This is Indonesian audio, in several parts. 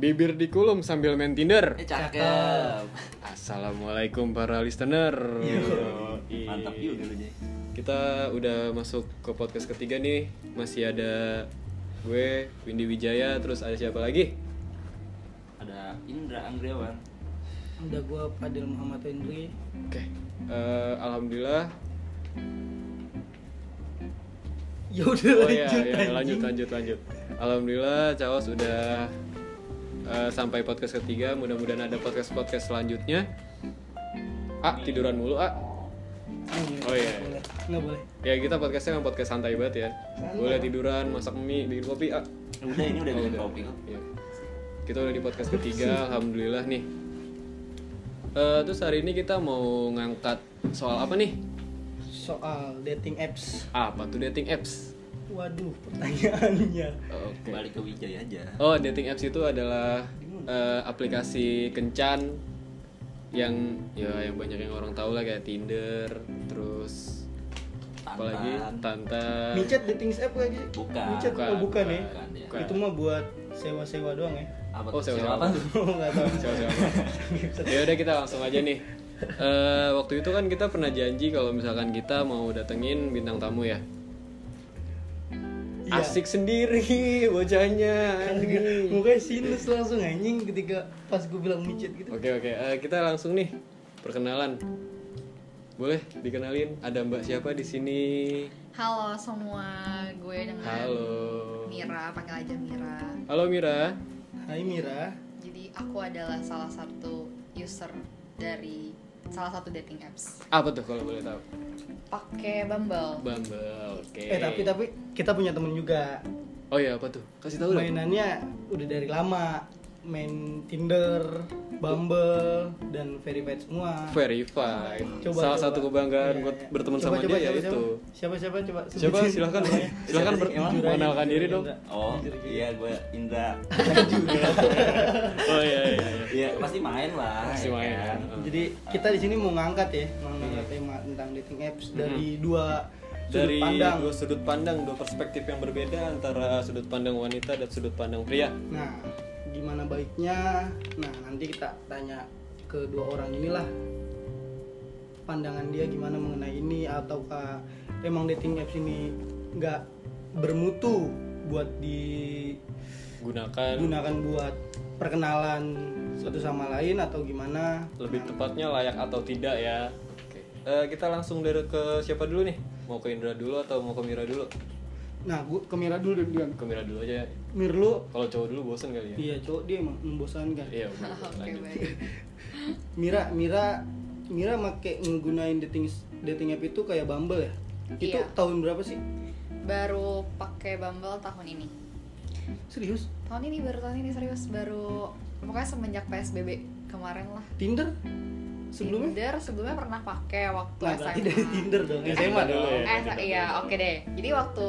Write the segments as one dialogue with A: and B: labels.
A: Bibir dikulum sambil main Tinder.
B: Eh cakep.
A: Assalamualaikum para listener. Yoi.
B: Iya. Mantap
A: Iya.
B: juga lu Jay.
A: Kita udah masuk ke podcast ketiga nih. Masih ada gue Windy Wijaya, terus ada siapa lagi?
B: Ada Indra Anggriawan.
C: Udah gua Fadil Muhammad Hendri
A: Oke. Eh, alhamdulillah.
C: Ya udah
A: Oh iya,
C: lanjut
A: iya, lanjut
C: anjing.
A: lanjut lanjut. Alhamdulillah Cawas udah eh, sampai podcast ketiga. Mudah-mudahan ada podcast-podcast selanjutnya. Ah, tiduran mulu, ah.
C: Anjing,
A: Oh iya.
C: nggak boleh. Nggak boleh
A: Ya kita podcastnya emang podcast santai banget ya Boleh tiduran, masak mie, bikin kopi ah.
B: Eh, Udah ini
A: Oh,
B: udah bikin
A: udah.
B: kopi ah. kok.
A: Iya. Kita udah di podcast ketiga, Alhamdulillah nih Eh, Terus hari ini kita mau ngangkat soal apa nih?
C: Soal dating apps
A: Apa tuh dating apps?
C: Waduh pertanyaannya
A: Oh, Oke
B: Balik ke Wijaya aja.
A: Oh dating apps itu adalah eh, aplikasi kencan yang ya yang banyak yang orang tahu lah kayak Tinder, terus apalagi
B: Tantan.
A: Tantan.
C: Micet dating app lagi
B: Bukan.
C: Micet
A: Bukan,
C: oh, bukan ya
B: bukan, ya.
A: Bukan.
C: Itu mah buat sewa-sewa doang ya
B: Apa
A: Oh,
B: tuh?
A: sewa-
B: Sewa apa
A: sewa.
B: tuh?
C: Nggak tahu
A: ya udah kita langsung aja nih Eh, waktu itu kan kita pernah janji kalau misalkan kita mau datengin bintang tamu ya
C: Iya. Kan
A: asik sendiri bocahnya anjing. oke
C: Mukanya sinus langsung anjing ketika pas gua bilang micet gitu
A: oke eh, kita langsung nih perkenalan boleh dikenalin ada mbak siapa di sini
D: Halo semua, gue dengan
A: halo
D: Mira, panggil aja Mira.
A: halo Mira
C: Hai Mira
D: Jadi aku adalah salah satu user dari salah satu dating apps.
A: apa tuh kalau boleh tahu
D: Pakai Bumble.
A: Bumble oke
C: Eh tapi tapi kita punya temen juga
A: oh ya apa tuh kasih tahu dong
C: mainannya udah dari lama main Tinder, Bumble dan verified semua.
A: verified salah satu kebanggaan
C: Iya,
A: buat
C: iya.
A: berteman
C: Coba,
A: sama
C: coba,
A: dia
C: coba,
A: yaitu
C: Siapa siapa coba.
A: Coba
C: sebutin.
A: silahkan Bang. silahkan ber-
B: Emang?
A: mengenalkan diri dong.
B: Oh, iya gue Indra.
A: Oh iya iya. iya.
B: Iya, pasti main lah.
A: Pasti
B: ya
A: main.
B: kan?
C: Jadi kita di sini mau ngangkat ya, mau ngangkat tema tentang dating apps dari dua
A: Iya.
C: sudut
A: Dari
C: pandang.
A: dua sudut pandang, dua perspektif yang berbeda antara sudut pandang wanita dan sudut pandang pria.
C: Nah, gimana baiknya? Nah, nanti kita tanya ke dua orang inilah pandangan dia gimana mengenai ini ataukah emang dating apps ini nggak bermutu buat digunakan
A: Gunakan
C: buat perkenalan satu sama lain atau gimana?
A: lebih
C: Nah,
A: tepatnya layak atau tidak ya. Oke. Eh, kita langsung dari ke siapa dulu nih? Mau ke Indra dulu atau mau ke Mira dulu?
C: Nah, gua ke Mira dulu duluan.
A: Ke Mira dulu aja ya.
C: Mir lu
A: Kalau cowok dulu bosen kali ya.
C: iya cowok dia emang membosankan.
A: Iya. boleh,
D: Oke
A: lanjut.
D: baik.
C: Mira, Mira, Mira make nggunain dating dating app itu kayak Bumble ya? Itu
D: Iya.
C: tahun berapa sih?
D: Baru pakai Bumble tahun ini.
C: Serius?
D: Tahun ini baru tahun ini serius baru pokoknya semenjak PSBB kemarin lah.
C: Tinder? Sebelumnya?
D: Tinder sebelumnya pernah pakai waktu
C: Nah, berarti dari
D: SMA.
C: Tinder dong.
A: Dari
C: SMA
A: Tinder
C: dong.
A: dulu ya.
D: Eh,
A: Tidak
D: iya,
A: boleh.
D: oke deh. Jadi waktu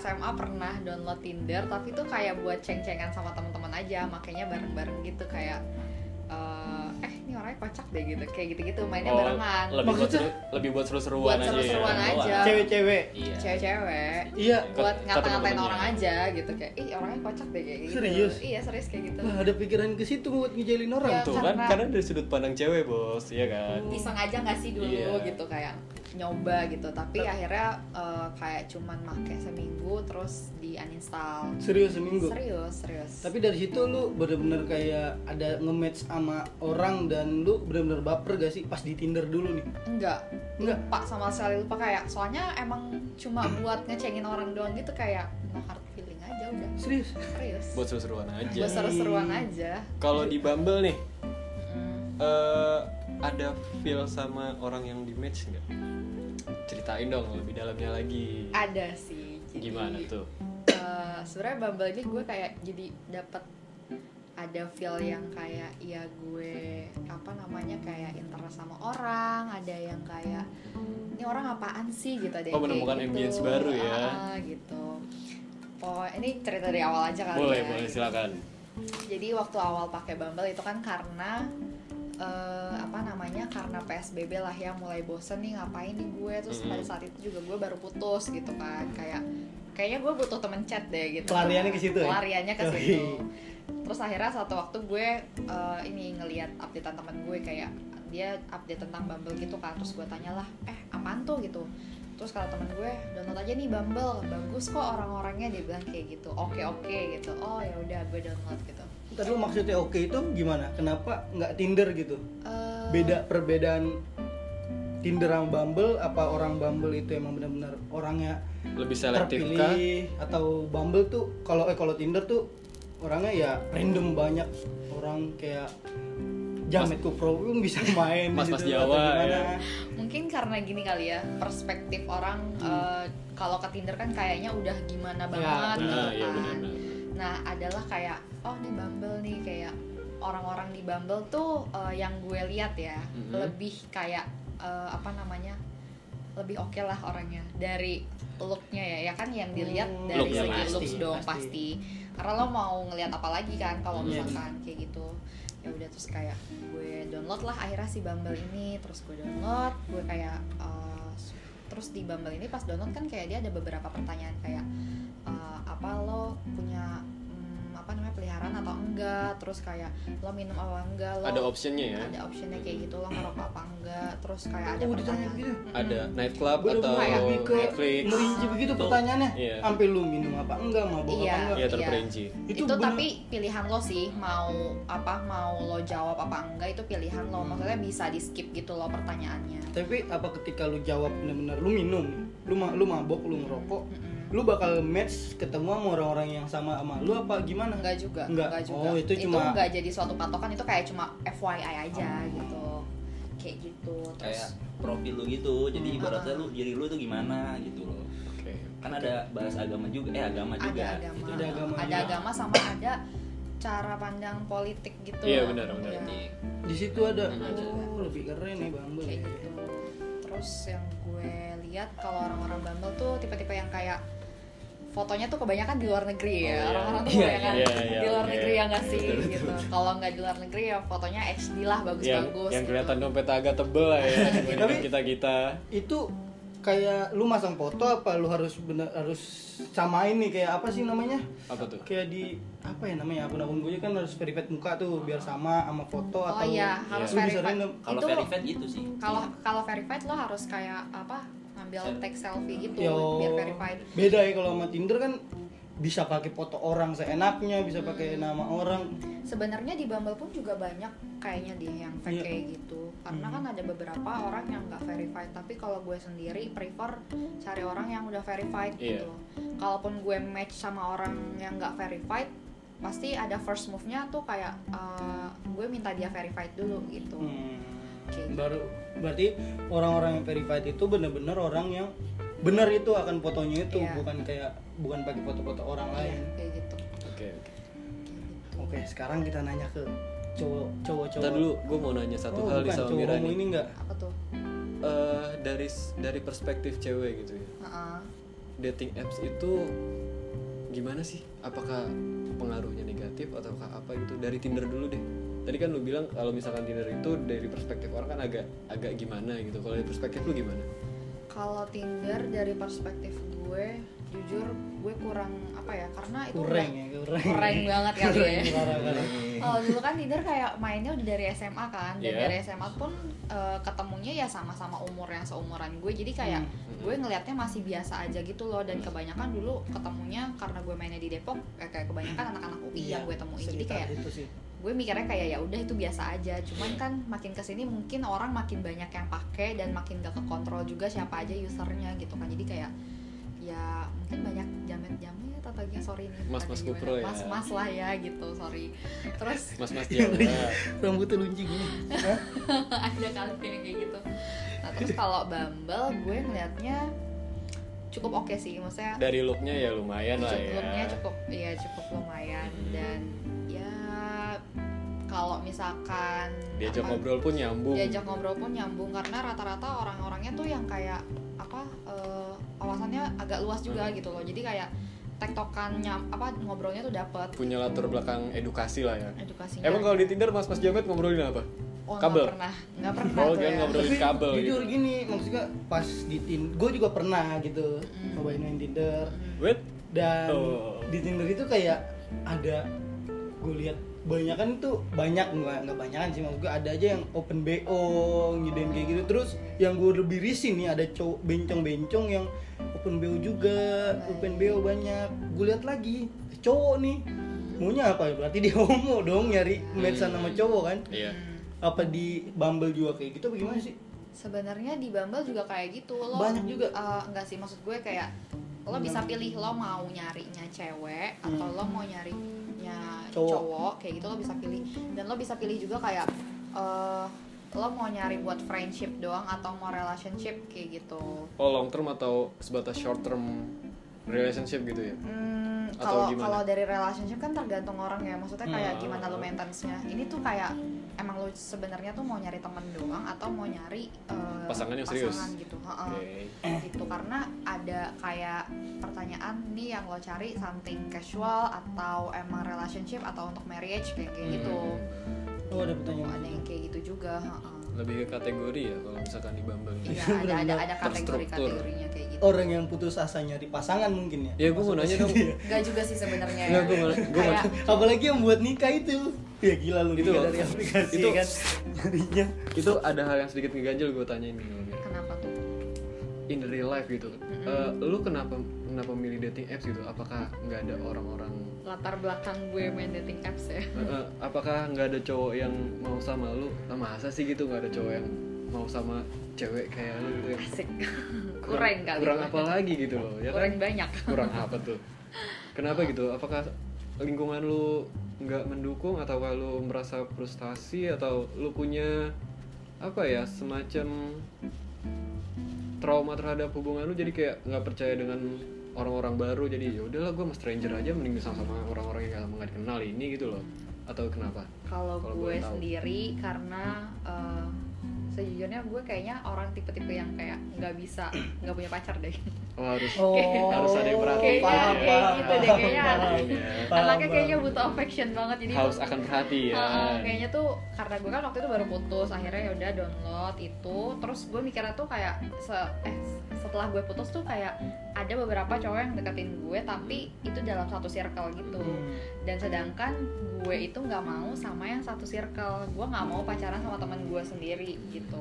D: SMA pernah download Tinder, tapi tuh kayak buat ceng-cengan sama teman-teman aja, makanya bareng-bareng gitu kayak eh, eh ini orangnya kocak deh gitu, kayak gitu-gitu mainnya
A: Oh,
D: barengan.
A: lebih buat
C: Maksudnya-
A: seru- lebih buat seru-seruan
D: Buat
A: aja. ya.
D: seru-seruan aja.
C: Cewek-cewek.
B: Iya.
D: Cewek-cewek
C: Iya.
D: buat
A: Kata
D: ngata-ngatain
A: temen-temennya.
D: orang aja gitu kayak ih orangnya kocak deh kayak gitu.
C: Serius?
D: Iya, serius kayak gitu.
C: Wah, ada pikiran ke situ buat ngejalin orang.
D: Ya.
A: Tuh kan
D: Karena-
A: karena dari sudut pandang cewek, Bos, iya kan?
D: Iseng aja nggak sih dulu
A: Iya.
D: gitu kayak nyoba gitu, tapi akhirnya eh, kayak cuman make seminggu terus di uninstall.
C: Serius seminggu.
D: Serius, serius.
C: Tapi dari situ lu bener-bener kayak ada nge-match sama orang dan lu bener-bener baper gak sih pas di Tinder dulu nih?
D: enggak
C: Enggak.
D: lupa sama sekali lupa kayak soalnya emang cuma buat ngecengin orang doang gitu kayak no hard feeling aja udah
C: Serius?
D: serius
A: Buat seru-seruan aja.
D: buat seru-seruan aja
A: Kalau di Bumble nih,
D: Mm.
A: eh ada feel sama orang yang di match nggak? Ceritain dong lebih dalamnya lagi.
D: ada sih jadi,
A: Gimana tuh?
D: eh, sebenarnya bumble ini gue kayak jadi dapet ada feel yang kayak ya gue apa namanya kayak interest sama orang ada yang kayak ini orang apaan sih gitu ada yang
A: Oh, menemukan
D: kayak gitu.
A: ambience baru ya.
D: Ah, gitu oh ini cerita dari awal aja kali
A: Boleh,
D: ya
A: boleh silakan.
D: jadi waktu awal pakai Bumble itu kan karena eh, apa namanya karena PSBB lah ya mulai bosen nih ngapain nih gue terus
A: Mm-mm.
D: pada saat itu juga gue baru putus gitu kan kayak kayaknya gue butuh temen chat deh gitu
C: Pelariannya ke situ ya?
D: pelariannya ke
C: Yoi.
D: situ terus akhirnya satu waktu gue eh, ini ngelihat updatean teman gue kayak dia update tentang Bumble gitu kan terus gue tanyalah eh apaan tuh gitu terus kata temen gue download aja nih Bumble bagus kok orang-orangnya dia bilang kayak gitu oke oke gitu oh ya udah gue download gitu
C: Tadi lu maksudnya oke itu gimana? Kenapa nggak Tinder gitu?
D: Eh,
C: Beda perbedaan Tinder sama Bumble apa orang Bumble itu emang benar-benar orangnya
A: lebih selektif kah
C: terpilih atau Bumble tuh kalau eh kalau Tinder tuh orangnya ya random banyak orang kayak Jamet Kupro pun bisa main di
A: Mas-mas
C: situ,
A: Jawa,
C: atau
A: ya.
C: gimana.
D: mungkin karena gini kali ya perspektif orang eh, kalau ke Tinder kan kayaknya udah gimana banget gitu
A: nah iya
D: kan.
A: benar-benar
D: nah adalah kayak oh nih Bumble nih kayak orang-orang di Bumble tuh eh, yang gue lihat ya
A: Mhm.
D: lebih kayak eh, apa namanya lebih oke lah orangnya dari looknya ya ya kan yang dilihat
C: Hmm.
D: dari
A: Looknya
D: segi
A: pasti,
D: looks dong
C: pasti.
D: pasti. karena lo mau ngelihat apa lagi kan kalau
A: Iya.
D: misalkan kayak gitu ya udah terus kayak gue download lah akhirnya si Bumble ini terus gue download gue kayak eh, terus di Bumble ini pas download kan kayak dia ada beberapa pertanyaan kayak eh, apa lo punya mm, apa namanya peliharaan atau enggak terus kayak lo minum apa enggak lo
A: ada optionnya ya
D: ada optionnya kayak gitu lo ngerokok apa enggak terus kayak ada
C: Oh, ditanya
D: pertanyaan
C: gitu.
D: Mm-mm.
A: ada nightclub
C: Gua udah ya?
A: atau
D: kayak
C: lebih ke
A: Netflix
C: merinci begitu
A: Tuh.
C: pertanyaannya
A: Iya.
C: sampai lu minum apa enggak mabok
D: Iya.
C: apa enggak
A: ya terperinci
D: itu,
C: bener-
D: tapi pilihan lo sih mau apa mau lo jawab apa enggak itu pilihan lo maksudnya bisa di skip gitu lo pertanyaannya
C: tapi apa ketika lu jawab benar-benar lu minum lu ma- lu mabok lu ngerokok
D: Mm-mm.
C: lu bakal match ketemu sama orang-orang yang sama sama lu apa gimana
D: Enggak juga,
C: Enggak.
D: juga.
C: Oh, itu cuma-
D: enggak jadi suatu patokan, itu kayak cuma FYI aja
A: Oh.
D: gitu. Kayak gitu. Terus
B: kayak profil lu gitu jadi
C: Hmm.
B: ibaratnya lu diri lu tuh gimana gitu loh
A: oke
B: kan ada bahas agama juga eh agama
D: ada
B: juga
D: agama.
B: gitu
C: Ada agama
D: Ada
C: juga.
D: agama sama ada cara pandang politik gitu.
A: Iya,
D: loh.
A: benar, benar.
D: Ya,
B: Jadi,
C: di situ ada
A: Hmm.
C: oh lebih keren nih bumble
D: Kayak gitu. Terus yang gue lihat kalau orang-orang Bumble tuh tipe-tipe yang kayak fotonya tuh kebanyakan di luar
A: Oh,
D: negeri ya.
A: iya.
D: Orang-orang tuh
B: Iya,
D: kebanyakan
A: iya, iya,
D: di luar
A: oke.
D: negeri ya nggak sih
A: Betul, betul.
D: gitu. Kalau nggak di luar negeri ya fotonya HD lah
A: yang
D: bagus-bagus.
A: yang
D: gitu.
A: kelihatan dompet agak tebel lah ya dibandingkan
C: Tapi-
A: kita kita
C: itu kayak lu masang foto apa lu harus bener harus samain nih kayak apa sih namanya
A: apa tuh
C: kayak di apa ya namanya akun-akun gue kan harus verified muka tuh biar sama sama foto
D: Oh
C: atau
D: iya,
A: Iya.
D: harus
A: Lu bisa
D: verified.
C: random.
B: kalau
D: Itu
B: verified gitu sih
D: kalau kalau verified lo harus kayak apa? Ngambil
B: Sel-
D: tag selfie gitu
C: Yo,
D: biar verified.
C: beda ya kalau sama Tinder kan bisa pakai foto orang seenaknya, bisa pakai
D: Hmm.
C: nama orang.
D: Sebenarnya di Bumble pun juga banyak kayaknya dia yang fake
C: Iya.
D: kayak gitu. Karena
C: Hmm.
D: kan ada beberapa orang yang nggak verified, tapi kalau gue sendiri prefer cari orang yang udah verified
A: Iya.
D: gitu. Kalaupun gue match sama orang yang nggak verified, pasti ada first move-nya tuh kayak eh, gue minta dia verified dulu gitu.
C: Hmm.
D: Oke.
C: Baru berarti orang-orang yang verified itu bener-bener orang yang benar itu akan fotonya itu
D: Iya.
C: bukan kayak bukan pakai foto-foto orang
D: Iya,
C: lain.
D: kayak gitu.
A: oke oke
C: Oke, sekarang kita nanya ke cowok cowok-cowok.
A: Ntar dulu gue mau nanya
C: Oh,
A: satu hal nih sama
C: cowok
A: Mira
C: homo
A: nih
C: ini enggak.
D: Apa tuh?
A: Eh, dari dari perspektif cewek gitu ya
D: Heeh.
A: dating apps itu gimana sih? Apakah pengaruhnya negatif ataukah apa gitu? Dari Tinder dulu deh. Tadi kan lu bilang kalau misalkan Tinder itu dari perspektif orang kan agak agak gimana gitu. Kalau dari perspektif lu gimana?
D: Kalau Tinder dari perspektif gue, jujur gue kurang apa ya? Karena itu
C: Kurang ya, kurang.
D: kurang banget kali ya.
C: Parah-parah.
D: Kalau dulu kan Tinder kayak mainnya udah dari SMA kan, dan
A: Iya.
D: dari SMA pun eh, ketemunya ya sama-sama umur yang seumuran gue. Jadi kayak gue ngelihatnya masih biasa aja gitu loh. Dan kebanyakan dulu ketemunya karena gue mainnya di Depok, eh, kayak kebanyakan anak-anak UI yang gue temuin. Jadi
C: sekitar
D: kayak
C: Iya, itu sih.
D: gue mikirnya kayak ya udah itu biasa aja cuman kan makin kesini mungkin orang makin banyak yang pakai dan makin gak kekontrol juga siapa aja usernya gitu kan jadi kayak ya mungkin banyak jamet jamet atau gimana sorry nih
A: Mas-mas
D: bukannya
A: kupro
D: gimana.
A: ya.
D: mas mas lah ya gitu sorry terus
A: Mas-mas Jawa.
C: Rambutnya lunci gini. Hah?
D: ada kali yang kayak gitu nah terus kalau Bumble gue ngelihatnya cukup oke sih maksudnya
A: dari looknya ya lumayan lah ya. Hmm.
D: Looknya cukup ya cukup lumayan dan ya kalau misalkan
A: Diajak
D: apa-
A: ngobrol pun nyambung.
D: diajak ngobrol pun nyambung karena rata-rata orang-orangnya tuh yang kayak apa eh, wawasannya agak luas juga
A: Hmm.
D: gitu loh jadi kayak tektokan nyam apa ngobrolnya tuh dapet
A: Punya latar belakang edukasi lah ya.
D: edukasinya
A: Emang kalau di Tinder Mas-mas Jamet ngobrolin apa?
D: oh, Iya. nggak
A: kabel?
D: pernah nggak pernah
A: Oh,
D: tuh
A: jangan
D: ya
A: ngobrol. Ngobrolin kabel
C: jujur
A: gitu.
C: gini maksudnya pas di Tinder gue juga pernah gitu
D: Mm.
C: cobain main Tinder
D: Mm.
A: Wait.
C: dan
A: Oh.
C: di Tinder itu kayak ada gue lihat banyak kan tuh banyak nggak nggak banyakan sih maksud gue ada aja yang open bo ngidein kayak gitu terus yang gue lebih risih nih ada cowok bencong bencong yang open bo juga open bo banyak gue lihat lagi cowok nih maunya apa berarti dia homo dong nyari matchan sama cowok kan
A: Iya.
C: apa di Bumble juga kayak gitu bagaimana sih
D: sebenarnya di Bumble juga kayak gitu lo
C: Banyak juga.
D: eh, enggak sih maksud gue kayak
C: Banyak.
D: lo bisa pilih lo mau nyarinya cewek
A: Hmm.
D: atau lo mau nyarinya
C: Cowok.
D: cowok. kayak gitu lo bisa pilih dan lo bisa pilih juga kayak eh, lo mau nyari buat friendship doang atau mau relationship kayak gitu
A: Oh long term atau sebatas short term relationship gitu ya?
D: Hmm,
A: Atau
D: kalau
A: gimana?
D: kalau dari relationship kan tergantung orang ya maksudnya kayak
A: Hmm.
D: gimana lo maintenance-nya ini tuh kayak emang lo sebenarnya tuh mau nyari temen doang atau mau nyari eh,
A: Pasangan yang serius?
D: pasangan gitu Ha-ha.
A: Oke.
D: gitu karena ada kayak pertanyaan nih yang lo cari something casual atau emang relationship atau untuk marriage kayak kayak gitu
A: Hmm,
C: oh ada
D: Tuh,
C: pertanyaan
D: ada yang kayak gitu juga heeh.
A: Lebih ke kategori ya kalau misalkan di Bumble.
D: Iya, ada ada ada
A: Terstruktur.
D: kategori kategorinya kayak gitu
C: orang yang putus asa nyari pasangan mungkin ya
A: Ya gue mau nanya dong.
D: Enggak juga sih sebenarnya ya.
A: Nggak, gua mau- gua mau-
D: kayak
C: apalagi yang buat nikah itu ya gila lu
A: Itu-
C: nikah dari aplikasi
A: itu-
C: kan nyarinya
A: Itu ada hal yang sedikit ngeganjel gue tanyain nih. Nobel.
D: kenapa tuh
A: in real life gitu. Eh,
D: Mm-hmm.
A: lu kenapa kenapa milih dating apps gitu? Apakah nggak ada orang-orang?
D: latar belakang gue main dating apps ya
A: eh, eh, apakah nggak ada cowok yang mau sama lu? Nah, masa sih gitu nggak ada cowok yang mau sama cewek kayak lu gitu? ya?
D: asik kurang kali
A: Kurang apa lagi gitu loh? Ya kan?
D: kurang banyak
A: Kurang apa tuh? Kenapa gitu? Apakah lingkungan lu nggak mendukung atau lu merasa frustasi atau lu punya apa ya semacam trauma terhadap hubungan lu jadi kayak nggak percaya dengan orang-orang baru jadi ya udahlah gue sama stranger aja mending sama sama orang-orang yang nggak- nggak kenal ini gitu loh atau kenapa
D: kalau
A: Kalau
D: gue
A: boleh tahu. Hmm.
D: sendiri karena eh, sejujurnya gue kayaknya orang tipe-tipe yang kayak nggak bisa nggak punya pacar deh
A: oh, harus
C: oh
A: Harus ada yang perhatian. Iya.
D: kayaknya
A: paham,
D: kayak
A: paham,
D: gitu deh
A: paham,
D: kayaknya
A: paham.
D: anaknya kayaknya butuh affection banget jadi
A: haus akan perhatian
D: Heeh, kayaknya tuh karena gue kan waktu itu baru putus akhirnya ya udah download itu terus gue mikirnya tuh kayak se- eh, setelah gue putus tuh kayak ada beberapa cowok yang deketin gue tapi itu dalam satu circle gitu
A: Hmm.
D: dan
C: Hmm.
D: sedangkan gue itu nggak mau sama yang satu circle gue nggak mau pacaran sama teman gue sendiri gitu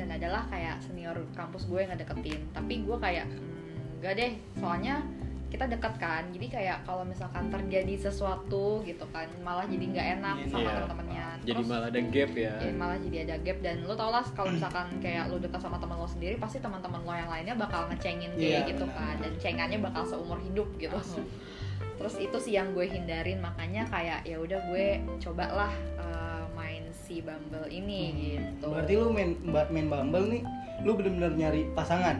D: dan adalah kayak senior kampus gue yang ngedeketin tapi gue kayak "Hmm, nggak deh soalnya kita dekat kan jadi kayak kalau misalkan terjadi sesuatu gitu kan malah jadi nggak enak
C: Iya,
D: sama
A: iya.
D: teman-temannya
A: jadi
D: Terus-
A: malah ada gap ya
D: Ya, malah jadi ada gap dan lo tau lah kalau misalkan kayak lo dekat sama teman lo sendiri pasti teman-teman lo yang lainnya bakal ngecengin kayak
C: Iya,
D: gitu
C: benar.
D: kan dan cengannya bakal seumur hidup gitu terus itu sih yang gue hindarin makanya kayak ya udah gue cobalah eh, main si Bumble ini gitu
C: Hmm. berarti lu main ba- main Bumble nih lu bener-bener nyari pasangan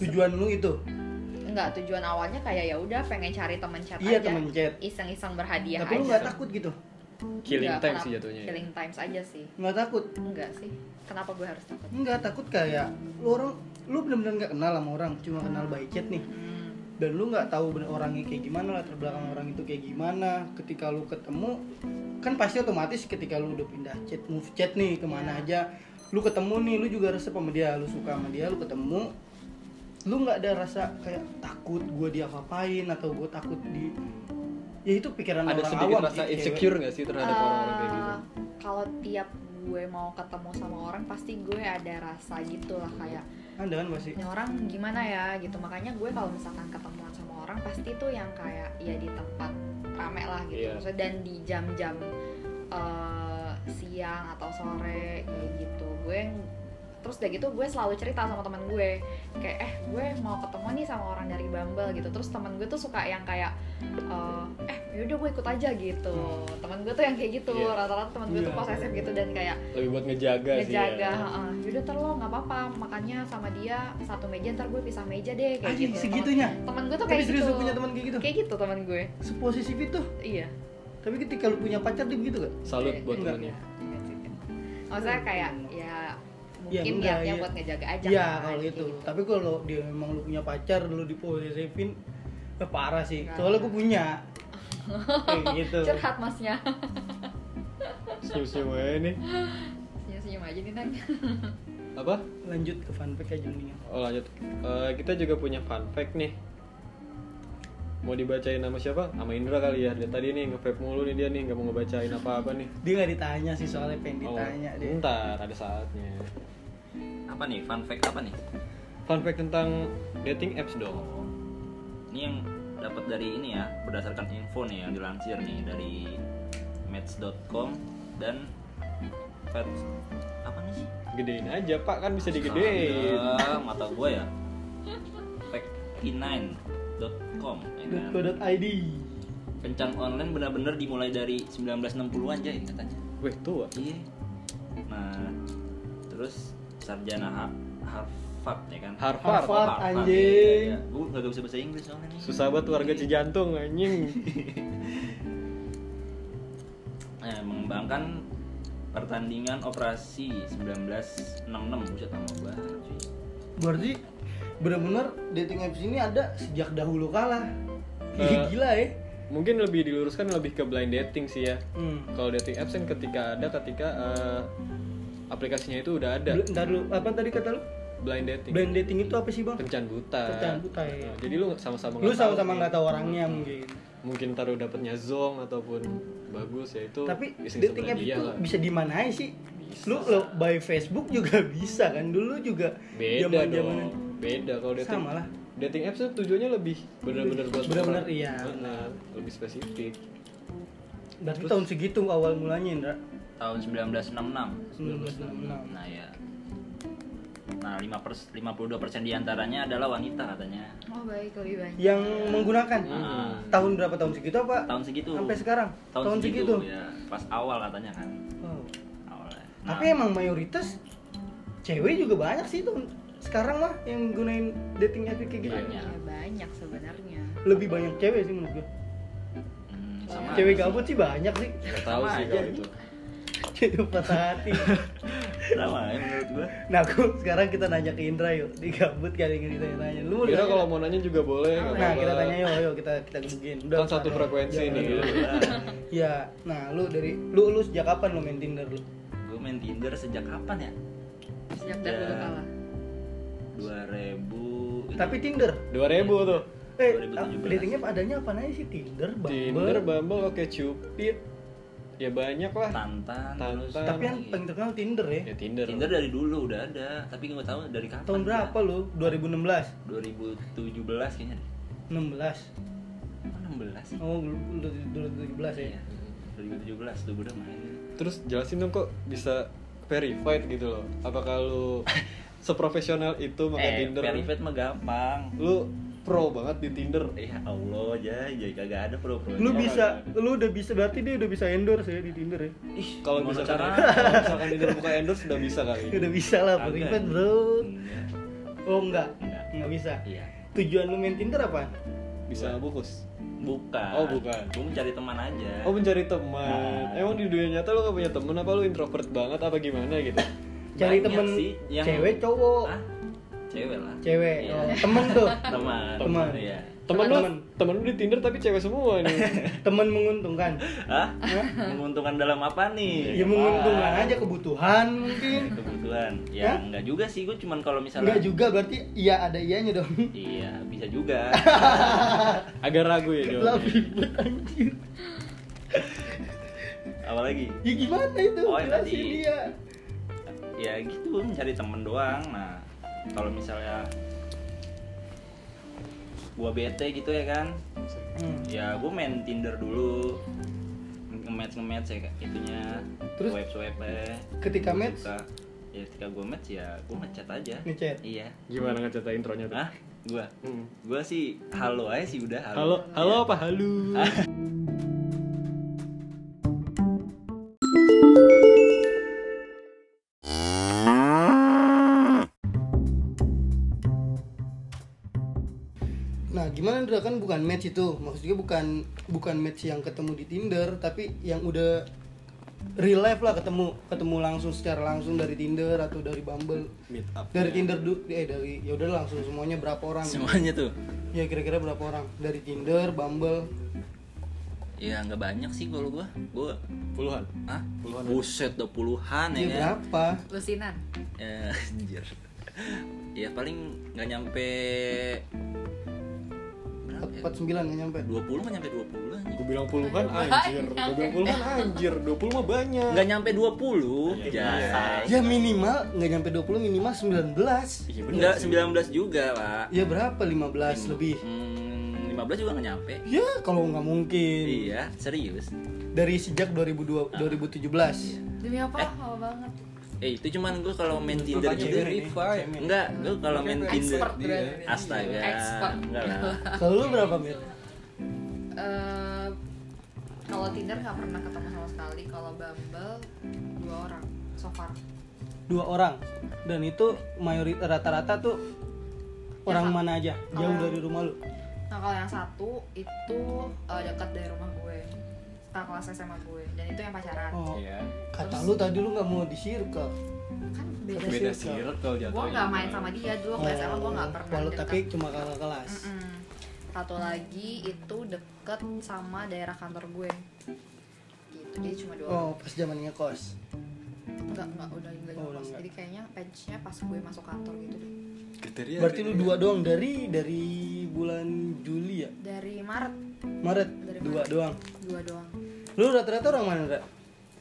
C: tujuan lu itu
D: enggak tujuan awalnya kayak ya udah pengen cari teman chat
C: iya
D: aja
C: temen chat
D: iseng-iseng berhadiah
C: tapi lu
D: aja
C: nggak takut gitu
A: killing
D: Enggak,
A: time
D: kenapa-
A: sih jatuhnya ya.
D: killing times aja sih
C: nggak takut
D: enggak sih kenapa gue harus takut
C: nggak takut kayak lu orang lu bener-bener nggak kenal sama orang cuma kenal by chat nih
D: Hmm.
C: dan lu nggak tahu bener orangnya kayak gimana latar belakang orang itu kayak gimana ketika lu ketemu kan pasti otomatis ketika lu udah pindah chat move chat nih
A: Iya.
C: kemana aja lu ketemu nih lu juga resep sama dia lu suka sama dia lu ketemu lu nggak ada rasa kayak takut gue diapa-apain atau gue takut di ya itu pikiran
A: ada
C: orang
A: sedikit
C: awam
A: rasa
C: sih, cewek.
A: insecure nggak sih terhadap orang-orang kayak gitu
D: Eh, Kalau tiap gue mau ketemu sama orang pasti gue ada rasa gitu lah kayak
C: ada kan pasti
D: ini orang gimana ya gitu makanya gue kalau misalkan ketemuan sama orang pasti tuh yang kayak ya di tempat rame lah gitu
A: Iya.
D: Maksudnya, dan di jam-jam eh, siang atau sore kayak gitu gue terus udah gitu gue selalu cerita sama teman gue kayak eh gue mau ketemu nih sama orang dari Bumble gitu terus teman gue tuh suka yang kayak eh, eh yaudah gue ikut aja gitu teman gue tuh yang kayak gitu
A: Hmm. Iya.
D: rata-rata teman gue tuh
C: Iya.
D: posesif gitu dan kayak
A: lebih buat ngejaga, sih ya.
D: ngejaga heeh. yaudah ntar lo nggak apa-apa makannya sama dia satu meja ntar gue pisah meja deh kayak
C: Anjing,
D: gitu temen,
C: segitunya
D: temen gue tuh
C: tapi
D: kayak
C: serius
D: gitu
C: lu punya teman kayak gitu
D: kayak gitu temen gue
C: seposisif itu
D: iya
C: tapi ketika lu punya pacar dia begitu gak
A: salut buat
C: Enggak.
D: iya,
A: temennya
D: maksudnya kayak ya
C: enggak,
D: mungkin niatnya
C: iya.
D: buat ngejaga aja
C: Iya
D: kan,
C: kalau
D: kayak
C: itu. Tapi kalau dia memang lu punya pacar lu diposesifin ya parah sih.
D: Enggak.
C: Soalnya gue punya. Kayak gitu.
D: curhat masnya
A: senyum-senyum aja nih
D: senyum-senyum aja nih nang
A: apa
C: Lanjut ke fun fact aja mendingan.
A: oh lanjut Eh, kita juga punya fun fact nih mau dibacain nama siapa? Sama Indra kali ya. Dia tadi nih nge mulu nih dia nih nggak mau ngebacain apa-apa nih.
C: Dia nggak ditanya sih soalnya pengen
A: Oh,
C: ditanya deh.
A: ntar ada saatnya.
B: Apa nih? Fun fact apa nih?
A: Fun fact tentang dating apps dong.
B: Oh. Ini yang dapat dari ini ya, berdasarkan info nih yang dilansir nih dari match.com dan Fat apa nih sih?
A: Gedein aja Pak kan bisa digedein.
B: Astaga, mata gue ya. Fact9.com ya kan?
C: .co.id.
B: Kencan online benar-benar dimulai dari 1960-an aja katanya.
A: Weh tua.
B: Iya. Nah, terus sarjana Ha- Harvard Iya, ya kan?
A: Harvard.
C: Harvard, anjing.
B: Gue gak bisa bahasa Inggris soalnya nih.
A: Susah banget warga Cijantung anjing.
B: Eh, mengembangkan pertandingan operasi 1966 buset nama gua cuy.
C: Berarti bener-bener dating apps ini ada sejak dahulu kala.
A: Eh.
C: Gila ya.
A: Mungkin lebih diluruskan lebih ke blind dating sih ya.
C: Hmm.
A: Kalau dating apps kan ketika ada ketika eh, aplikasinya itu udah ada.
C: Bel- Ntar dulu, apa tadi kata lu?
A: Blind dating.
C: Blind dating itu apa sih bang?
A: Kencan buta.
C: Kencan buta, ya.
A: Nah, Jadi lu sama-sama
C: Lu
A: nggak tahu
C: sama-sama
A: nih.
C: nggak tahu orangnya mungkin.
A: Mungkin taruh dapetnya zong ataupun bagus ya itu.
C: Tapi
A: iseng
C: dating
A: sebelah
C: apps
A: dia
C: itu
A: lah.
C: bisa dimanain sih? Lu, lu by Facebook juga bisa kan? Dulu juga
A: beda dong.
C: zaman-zamanan.
A: Beda kalau dating.
C: Sama lah.
A: Dating apps tuh tujuannya lebih benar-benar buat
C: Benar-benar,
A: orang.
C: iya,
A: Benar,
C: benar.
A: lebih spesifik.
C: Berarti tahun segitu awal mulanya Indra.
B: Tahun 1966.
C: 1966.
B: Nah ya. Nah, 5 pers- 52% diantaranya adalah wanita katanya.
D: Oh baik lebih banyak.
C: Yang menggunakan
A: Nah,
B: Ah.
C: tahun berapa tahun segitu apa?
B: Tahun segitu.
C: Sampai sekarang.
B: Tahun, segitu, ya. Pas awal katanya kan.
C: Wow.
B: Awalnya. Nah,
C: Tapi emang mayoritas cewek juga banyak sih tahun sekarang mah yang gunain dating apps kayak gitu.
B: Banyak.
D: Ya, banyak sebenarnya.
C: Lebih banyak cewek sih menurut gue.
B: hmm, sama
C: Cewek gabut sih banyak sih.
A: Gak tahu
B: Sama
A: sih
B: aja. gitu.
A: kalau itu.
C: Cewek patah hati.
B: Sama ya menurut gua.
C: nah, aku sekarang kita nanya ke Indra yuk. Di gabut kali ini kita tanya. Lu mau
A: Kira
C: nanya
A: kalau
C: nggak?
A: mau nanya juga boleh. nggak
C: Nah, kita
A: apa-apa.
C: tanya yuk, yuk kita kita gebukin.
A: Kan satu
C: sana.
A: frekuensi
C: Jangan.
A: nih.
C: Iya. Nah, lu dari lu lu sejak kapan lu main Tinder lu?
B: Gua main Tinder sejak kapan ya?
D: Sejak
A: Iya.
D: dahulu kala.
B: 2000
C: Tapi Tinder.
A: 2000 tuh.
C: Eh,
B: 2017.
C: datingnya adanya apa aja sih Tinder, Bumble.
A: Tinder, Bumble, oke Cupid. Ya banyak lah.
B: Tantan, terus
A: Tantan.
C: Tapi yang paling terkenal Tinder ya.
A: Ya Tinder.
B: Tinder dari dulu udah ada, tapi nggak tahu dari kapan.
C: Tahun berapa lu? 2016.
B: 2017 kayaknya deh.
C: 16.
B: Apa 16 sih?
C: Oh, lu lu- lu- 2017 ya.
B: Iya. 2017 tuh udah main.
A: Terus jelasin dong kok bisa verified gitu loh. Apakah lu seprofesional itu
B: eh,
A: pakai Tinder?
B: verified mah gampang.
A: Lu pro banget di Tinder.
B: Ya Allah, Jay, Jay kagak ada pro pro.
C: Lu bisa,
B: iya.
C: lu udah bisa berarti dia udah bisa endorse ya di Tinder ya.
B: Ih,
A: Kalau
B: gimana
A: misalkan,
B: caranya?
A: kalau misalkan Tinder buka endorse udah bisa kali.
B: Iya.
C: Udah bisa lah,
B: Kagak.
C: berikan bro.
B: Enggak.
C: Oh enggak,
B: Enggak.
C: enggak bisa.
B: Iya.
C: Tujuan lu main Tinder apa?
A: Bisa bungkus.
B: Bukan.
A: Oh, bukan.
B: Gua mencari teman aja.
A: Oh mencari teman.
B: Nah.
A: Emang di dunia nyata lu gak punya temen apa lu introvert banget apa gimana gitu?
C: Cari
B: Banyak
C: temen
B: sih yang-
C: cewek cowok.
B: Hah? Cewek lah.
C: Cewek,
B: Iya.
C: oh, temen tuh.
B: Teman.
C: Teman.
B: Iya.
A: Temen lu,
C: Temen.
A: temen lu di Tinder tapi cewek semua nih.
C: temen menguntungkan.
B: Hah? Menguntungkan dalam apa nih?
C: Ya menguntungkan
B: Apaan?
C: aja kebutuhan mungkin.
B: kebutuhan ya
C: Hah?
B: enggak juga sih gue cuman kalau misalnya
C: Enggak juga berarti iya ada ianya dong.
B: iya bisa juga
A: Agak ragu ya
B: Iya.
C: Lah
A: dia.
C: ribet anjir.
B: apalagi
C: Ya gimana itu?
B: Oh, yang
C: Jelasin
B: tadi.
C: dia.
B: ya gitu mencari temen doang nah kalau misalnya gua bete gitu ya kan
C: Hmm.
B: ya gue main tinder dulu nge-match nge-match ya kak itunya
C: Terus?
B: swipe swipe eh
C: Ketika match?
B: ya ketika gue match ya gue ngechat aja
C: Ngechat?
B: iya
A: Gimana ngecata intronya tuh?
B: ah gue
A: Hmm.
B: gue sih halo aja sih udah
A: Halo, halo apa halu?
C: Nah, gimana Indra kan bukan match itu. Maksudnya bukan bukan match yang ketemu di Tinder, tapi yang udah real life lah ketemu ketemu langsung secara langsung dari Tinder atau dari Bumble.
B: Iya.
A: Meet up.
C: Dari Tinder du- eh dari ya udah langsung semuanya berapa orang?
B: Iya, semuanya tuh
C: Ya kira-kira berapa orang? Dari Tinder, Bumble.
B: ya nggak banyak sih kalau gue gue
A: Puluhan. Iya,
B: Hah? Puluhan Buset, udah puluhan
C: Ya,
B: ya kan?
C: berapa?
D: Lusinan.
B: Ya, anjir. Ya paling nggak nyampe berapa
C: 49 nggak nyampe
B: 20 nggak nyampe 20 anjing.
A: Gue bilang puluhan anjir, gue bilang puluhan anjir, 20 mah banyak.
B: Nggak nyampe
A: Iya,
B: 20 Jay.
C: ya minimal nggak nyampe 20 minimal 19
A: Iya bener
B: Enggak
A: sih.
B: 19 juga pak
C: ya berapa 15 lebih
B: Hmm, 15 juga nggak nyampe
C: ya kalau nggak mungkin
B: Iya serius
C: dari sejak 2002 2017
D: Demi apa? Hawa banget.
B: Eh itu cuman gue kalau main Tinder
C: Makanya
B: juga
C: verify.
B: Enggak, gue kalau main Tinder
D: Expert berarti.
B: Astaga,
D: Iya. Expert.
B: enggak lah
C: kalau lu berapa mir
D: Eh, kalau Tinder nggak pernah ketemu sama sekali. Kalau Bumble dua orang so far.
C: dua orang dan itu mayoritas rata-rata tuh orang
D: Ya, Kak.
C: mana aja jauh
D: Orang-
C: dari rumah lu
D: Nah kalau yang satu itu eh, dekat dari rumah gue, kakak kelas SMA gue, dan itu yang pacaran.
C: oh
A: Iya.
C: kata lu tadi lu nggak mau di circle
D: Kan beda,
A: Beda
D: sih.
A: circle jatuhnya.
C: ya.
B: gitu.
D: Gue nggak main sama dia dulu waktu SMA gue nggak pernah.
C: Walau
D: deket.
C: Oh, tapi cuma kakak kelas
D: Mm-mm. Satu lagi itu deket sama daerah kantor gue. Gitu, jadi cuma dua orang.
C: oh pas zamannya kos
D: Enggak, enggak, udah enggak
C: Oh, udah
D: jelas.
C: enggak.
D: Jadi kayaknya patch-nya pas gue masuk kantor gitu deh.
A: Kriteria.
C: berarti lu dua doang dari dari bulan Juli ya
D: Dari Maret
C: Maret
D: Dari
C: dua
D: Maret.
C: doang
D: dua doang.
C: lu rata-rata orang mana Ra?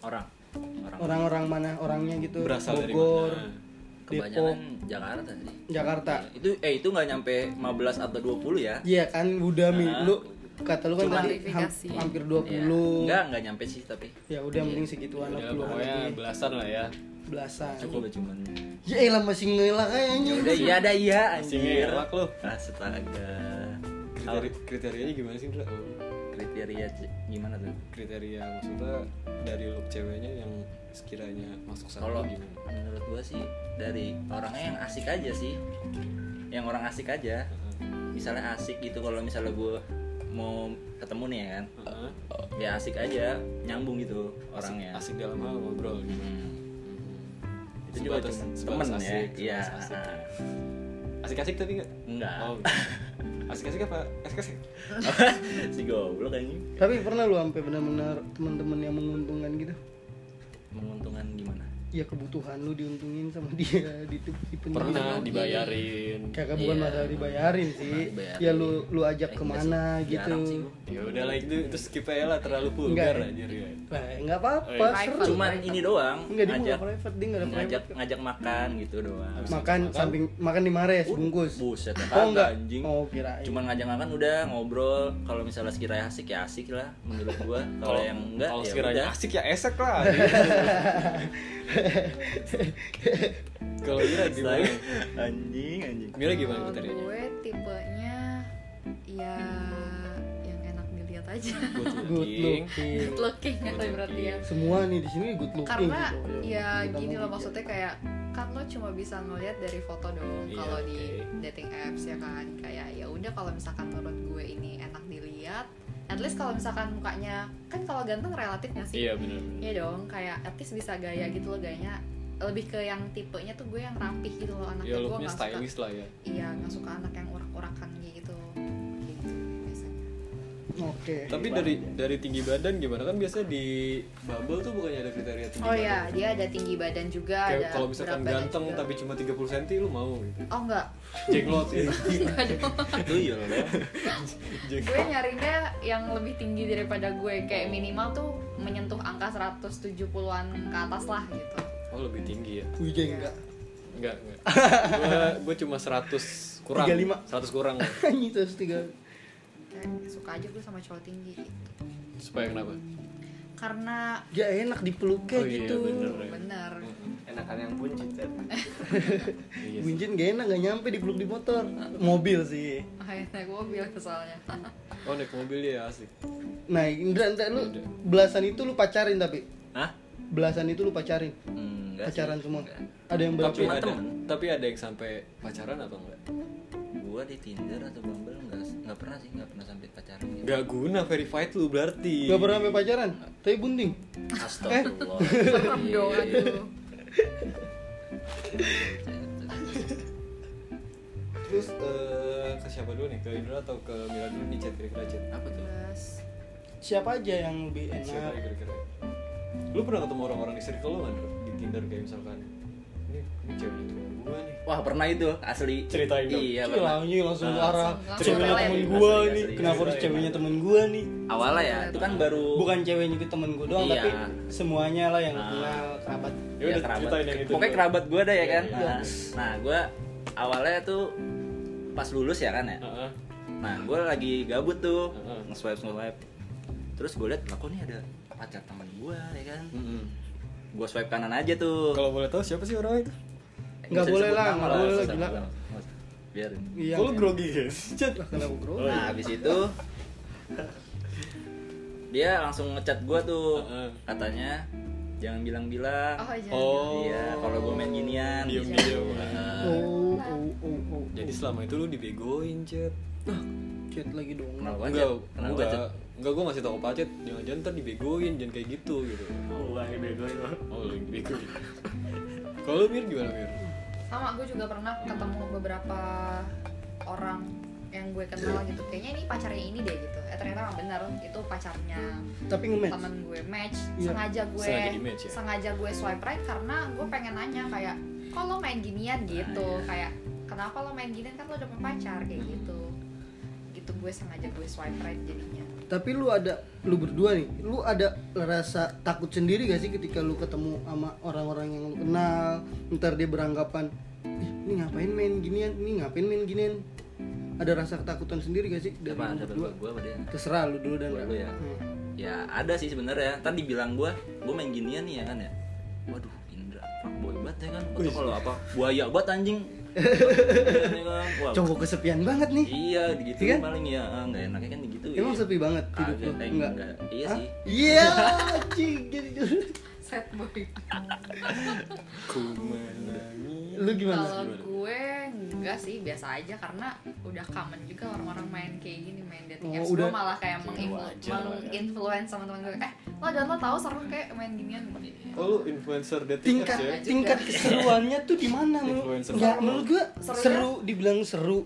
B: Orang Orang
C: orang-orang mana orangnya gitu
A: berasal dari
C: Bogor
A: mana?
C: Depok
B: Kebanyakan Jakarta sih
C: Jakarta
B: itu eh itu nggak nyampe 15 atau 20 ya
C: iya kan udah mi
B: Nah.
C: lu kata lu kan
D: Cuma
C: tadi ham-
D: verifikasi.
C: hampir
B: Iya.
C: 20
B: Enggak, enggak nyampe sih tapi
C: ya udah mending segituan lah
A: Udah
C: puluhan
A: pokoknya
C: lebih
A: belasan lah ya.
C: belasan
B: Cukup cuman
C: ya elah masih ngelak kayaknya
B: Udah iya ada iya
A: Masih
B: anjir
A: ngelak lu.
B: Astaga
A: Kriteria, kriterianya gimana sih, Bro?
B: Kriteria c- gimana tuh?
A: Kriteria maksudnya dari look ceweknya yang sekiranya masuk sana
B: Kalau
A: gimana?
B: menurut gua sih dari orangnya yang asik aja sih Yang orang asik aja Misalnya asik gitu kalau misalnya gua mau ketemu nih ya kan
A: Heeh.
B: Ya asik aja, nyambung gitu orangnya
A: Asik dalam hal ngobrol gitu.
B: Hmm. Itu juga
A: Sebatas-
B: cuman
A: sebatas
B: temen ya
A: asik,
B: Iya
A: sebatas asik. Asik-asik tapi nggak?
B: Enggak
A: Oh. Asik-asik apa? Asik-asik.
B: Si goblok anjing
C: tapi pernah lu sampai benar-benar teman-teman yang menguntungkan gitu
B: Menguntungkan gimana?
C: ya kebutuhan lu diuntungin sama dia di dipenuhi.
A: Pernah dibayarin.
C: kagak bukan
B: Iya.
C: masalah dibayarin
B: Pernah
C: sih
B: dibayarin.
C: ya lu lu
B: Eh,
C: ajak kemana
B: enggak sih, jarang sih
C: gitu
B: gua.
A: Ya udah lah itu itu skip aja lah terlalu
C: Enggak.
A: vulgar anjir ya.
C: nah
A: Oh,
C: nggak apa-apa
A: iya.
C: seru.
D: Private.
B: Cuman ini doang
C: nggak dia
B: ngajak
C: nggak private dia nggak ada
B: ngajak
C: private
B: ngajak makan gitu doang.
C: makan samping makan di mares bungkus
B: Buset,
C: oh
B: kagak,
C: enggak
B: anjing.
C: oh kirain
B: Cuman ngajak makan udah ngobrol kalau misalnya sekiranya asik ya asik lah menurut gua. Kalau yang enggak
A: kalau
B: ya
A: sekiranya
B: udah.
A: asik ya esek lah. kalau Mira gimana?
B: anjing anjing.
A: Mira gimana
D: Kalau
A: kriterianya?
D: gue tipenya ya yang enak dilihat aja.
C: good
A: Anjing.
C: looking
D: Good looking atau berarti
A: iya.
D: ya.
C: semua nih di sini good looking
D: Karena
C: gitu.
D: ya
C: Kita
D: gini
C: mau
D: loh
C: pikir.
D: maksudnya kayak kan lo cuma bisa ngelihat dari foto dong
A: Iya,
D: kalau di
A: oke.
D: dating apps ya kan kayak ya udah kalau misalkan menurut gue ini enak dilihat at least kalau misalkan mukanya kan kalau ganteng relatif nggak sih
A: Iya benar.
D: Iya dong, kayak at least bisa gaya gitu loh gayanya lebih ke yang tipenya tuh gue yang rapih gitu loh
A: Ya
D: anaknya gue
A: looknya
D: nggak suka
A: stylish lah ya.
D: iya nggak suka anak yang urak-urakan gitu gitu biasanya
C: oke
A: Tapi dari dari tinggi badan gimana kan biasanya di Bumble tuh bukannya ada kriteria tinggi
D: oh
A: badan?
D: iya dia ada tinggi badan juga ada
A: Kayak kalau misalkan
D: berat badan
A: ganteng
D: juga.
A: tapi cuma 30 cm lu mau gitu.
D: oh enggak
A: Jenglot ya.
D: enggak dong
B: Itu ya loh.
A: Jenglot.
D: gue nyarinya yang lebih tinggi daripada gue kayak minimal tuh menyentuh angka 170-an ke atas lah gitu
A: Oh lebih tinggi ya.
C: Wih,
D: Iya.
C: dia enggak
A: Enggak, enggak. Gua gua cuma 100 kurang.
C: 35.
A: 100 kurang.
C: Anjing, terus tiga
D: kayak suka aja gue sama cowok tinggi gitu
A: Supaya kenapa?
D: karena
C: dia enak dipeluknya
A: Oh, iya,
C: gitu
A: bener.
D: bener
E: enakan yang buncit Cet.
A: Iya sih.
C: Buncin gak enak gak nyampe dipeluk di motor mobil sih
D: akhirnya naik mobil soalnya
A: Oh naik mobil ya asik.
C: nah Indra entar lu
A: Udah.
C: belasan itu lu pacarin tapi
B: Hah?
C: belasan itu lu pacarin
B: Enggak sih.
C: pacaran semua
B: Enggak.
C: ada yang berapa
A: Tapi
B: cuma
A: ada,
B: temen.
A: tapi ada yang sampai pacaran apa enggak?
B: Gua di Tinder atau Bumble enggak enggak pernah sih, enggak pernah sampai pacaran gitu.
A: Gak guna verified lu berarti.
C: Gak pernah sampai pacaran, tapi bunting.
B: Astagfirullah.
D: Serem dong
A: Iya.
D: aduh.
A: Terus eh, ke siapa dulu nih? Ke Indra atau ke Mira dulu nih chat kira-kira chat?
B: Apa tuh?
D: Terus
C: Siapa aja yang lebih
A: Siapa ya
C: enak?
A: kira-kira? Lu pernah ketemu orang-orang di circle lu nggak Ndra? Di Tinder kayak misalkan ini ini ceweknya temen gue nih
B: Wah pernah itu asli.
A: ceritain dong
B: Iya
C: Gila,
B: pernah.
C: anjing langsung ke
B: Ah,
C: arah
D: langsung
C: ceweknya
D: relate.
C: temen gua
B: Asli,
C: nih
B: asli.
C: kenapa harus ceweknya temen gua nih
B: Awalnya ya itu kan baru.
C: bukan ceweknya ke temen gua doang
B: Iya.
C: tapi semuanya lah yang
B: Ah.
C: kenal kerabat
A: ya udah ceritain yang itu
B: Iya, Pokoknya
A: dulu.
B: kerabat gue ada ya kan.
C: Iya.
B: Nah, Nah gue awalnya tuh pas lulus ya kan ya.
A: Heeh.
B: Nah gue lagi gabut tuh
A: Heeh.
B: nge-swipe nge-swipe. Terus gue liat lah kok nih ada pacar teman gue ya kan.
A: Mm-mm.
B: Gue swipe kanan aja tuh. Eh,
A: kalau boleh tahu siapa sih orang itu
C: Nggak boleh lah, nggak boleh lah, gila.
B: Biarin.
C: iya
A: Kok lu grogi gitu? guys
C: chat lah kenapa bro
A: Oh, iya.
B: Nah, habis itu dia langsung ngechat gua tuh.
A: Heeh.
B: Katanya jangan bilang-bilang.
D: Oh, jangan.
A: Oh.
B: Iya, kalau gua main ginian.
A: diem
D: Iya.
A: diem
B: Heeh.
C: oh oh oh oh
A: jadi selama itu lu dibegoin cet
C: chat lagi dong
B: Kenal gua aja.
A: enggak
B: Kenal gua
A: enggak
B: aja.
A: enggak gue masih tau ke pacet jangan-jangan ntar dibegoin jangan kayak gitu gitu
F: Wah, ini bego itu.
A: oh lu yang dibegoin kalau lu mir gimana mir
D: sama gue juga pernah ketemu beberapa orang yang gue kenal gitu kayaknya ini pacarnya ini deh gitu eh ternyata emang bener itu pacarnya
C: tapi nge-match
D: temen gue match
C: Iya.
D: sengaja gue
A: Sengaja di-match ya?
D: sengaja gue swipe right karena gue pengen nanya kayak kok lo
A: Ah,
D: main ginian gitu
B: iya.
D: kayak kenapa lo main ginian kan lo udah punya pacar kayak gitu gitu gue sengaja gue swipe right jadinya
C: tapi lu ada lu berdua nih lu ada rasa takut sendiri gak sih ketika lu ketemu sama orang-orang yang lu kenal ntar dia beranggapan "Ih, ini ngapain main ginian ini ngapain main ginian ada rasa ketakutan sendiri gak sih dari
B: Siapa
C: lu
B: siapa
C: berdua
B: gua apa dia?
C: terserah lu dulu dan
B: Gua dulu ya.
C: Hmm.
B: Ya ada sih sebenarnya. Tadi bilang gua, gua main ginian nih ya kan ya. Waduh, Indra fuckboy banget ya kan. Atau kalau apa? Buaya banget anjing. Ya kan? Wah,
C: cowok kesepian banget nih
B: Iya, gitu
C: Iya kan?
B: paling ya. Ah, Nggak enaknya kan gitu.
C: emang sepi banget hidup lu
B: Kagak, eh,
C: enggak
B: enggak. Iya
C: Hah?
B: sih.
C: iya cing jadi dulu.
D: set boy
A: ku menangis
C: lu gimana
D: kalau gue enggak sih biasa aja karena udah common juga orang-orang main kayak gini main
C: Oh,
D: dating apps
C: udah.
D: gue malah kayak menginflu-
B: wajar lah ya.
D: menginfluence sama temen gue eh lo dan lo tahu seru kayak main ginian
A: oh lu influencer dating
C: tingkat
A: apps ya
C: tingkat keseruannya tuh di mana menurut
A: Influencer
C: ya
A: banget.
C: menurut gua
D: Serunya?
C: seru dibilang seru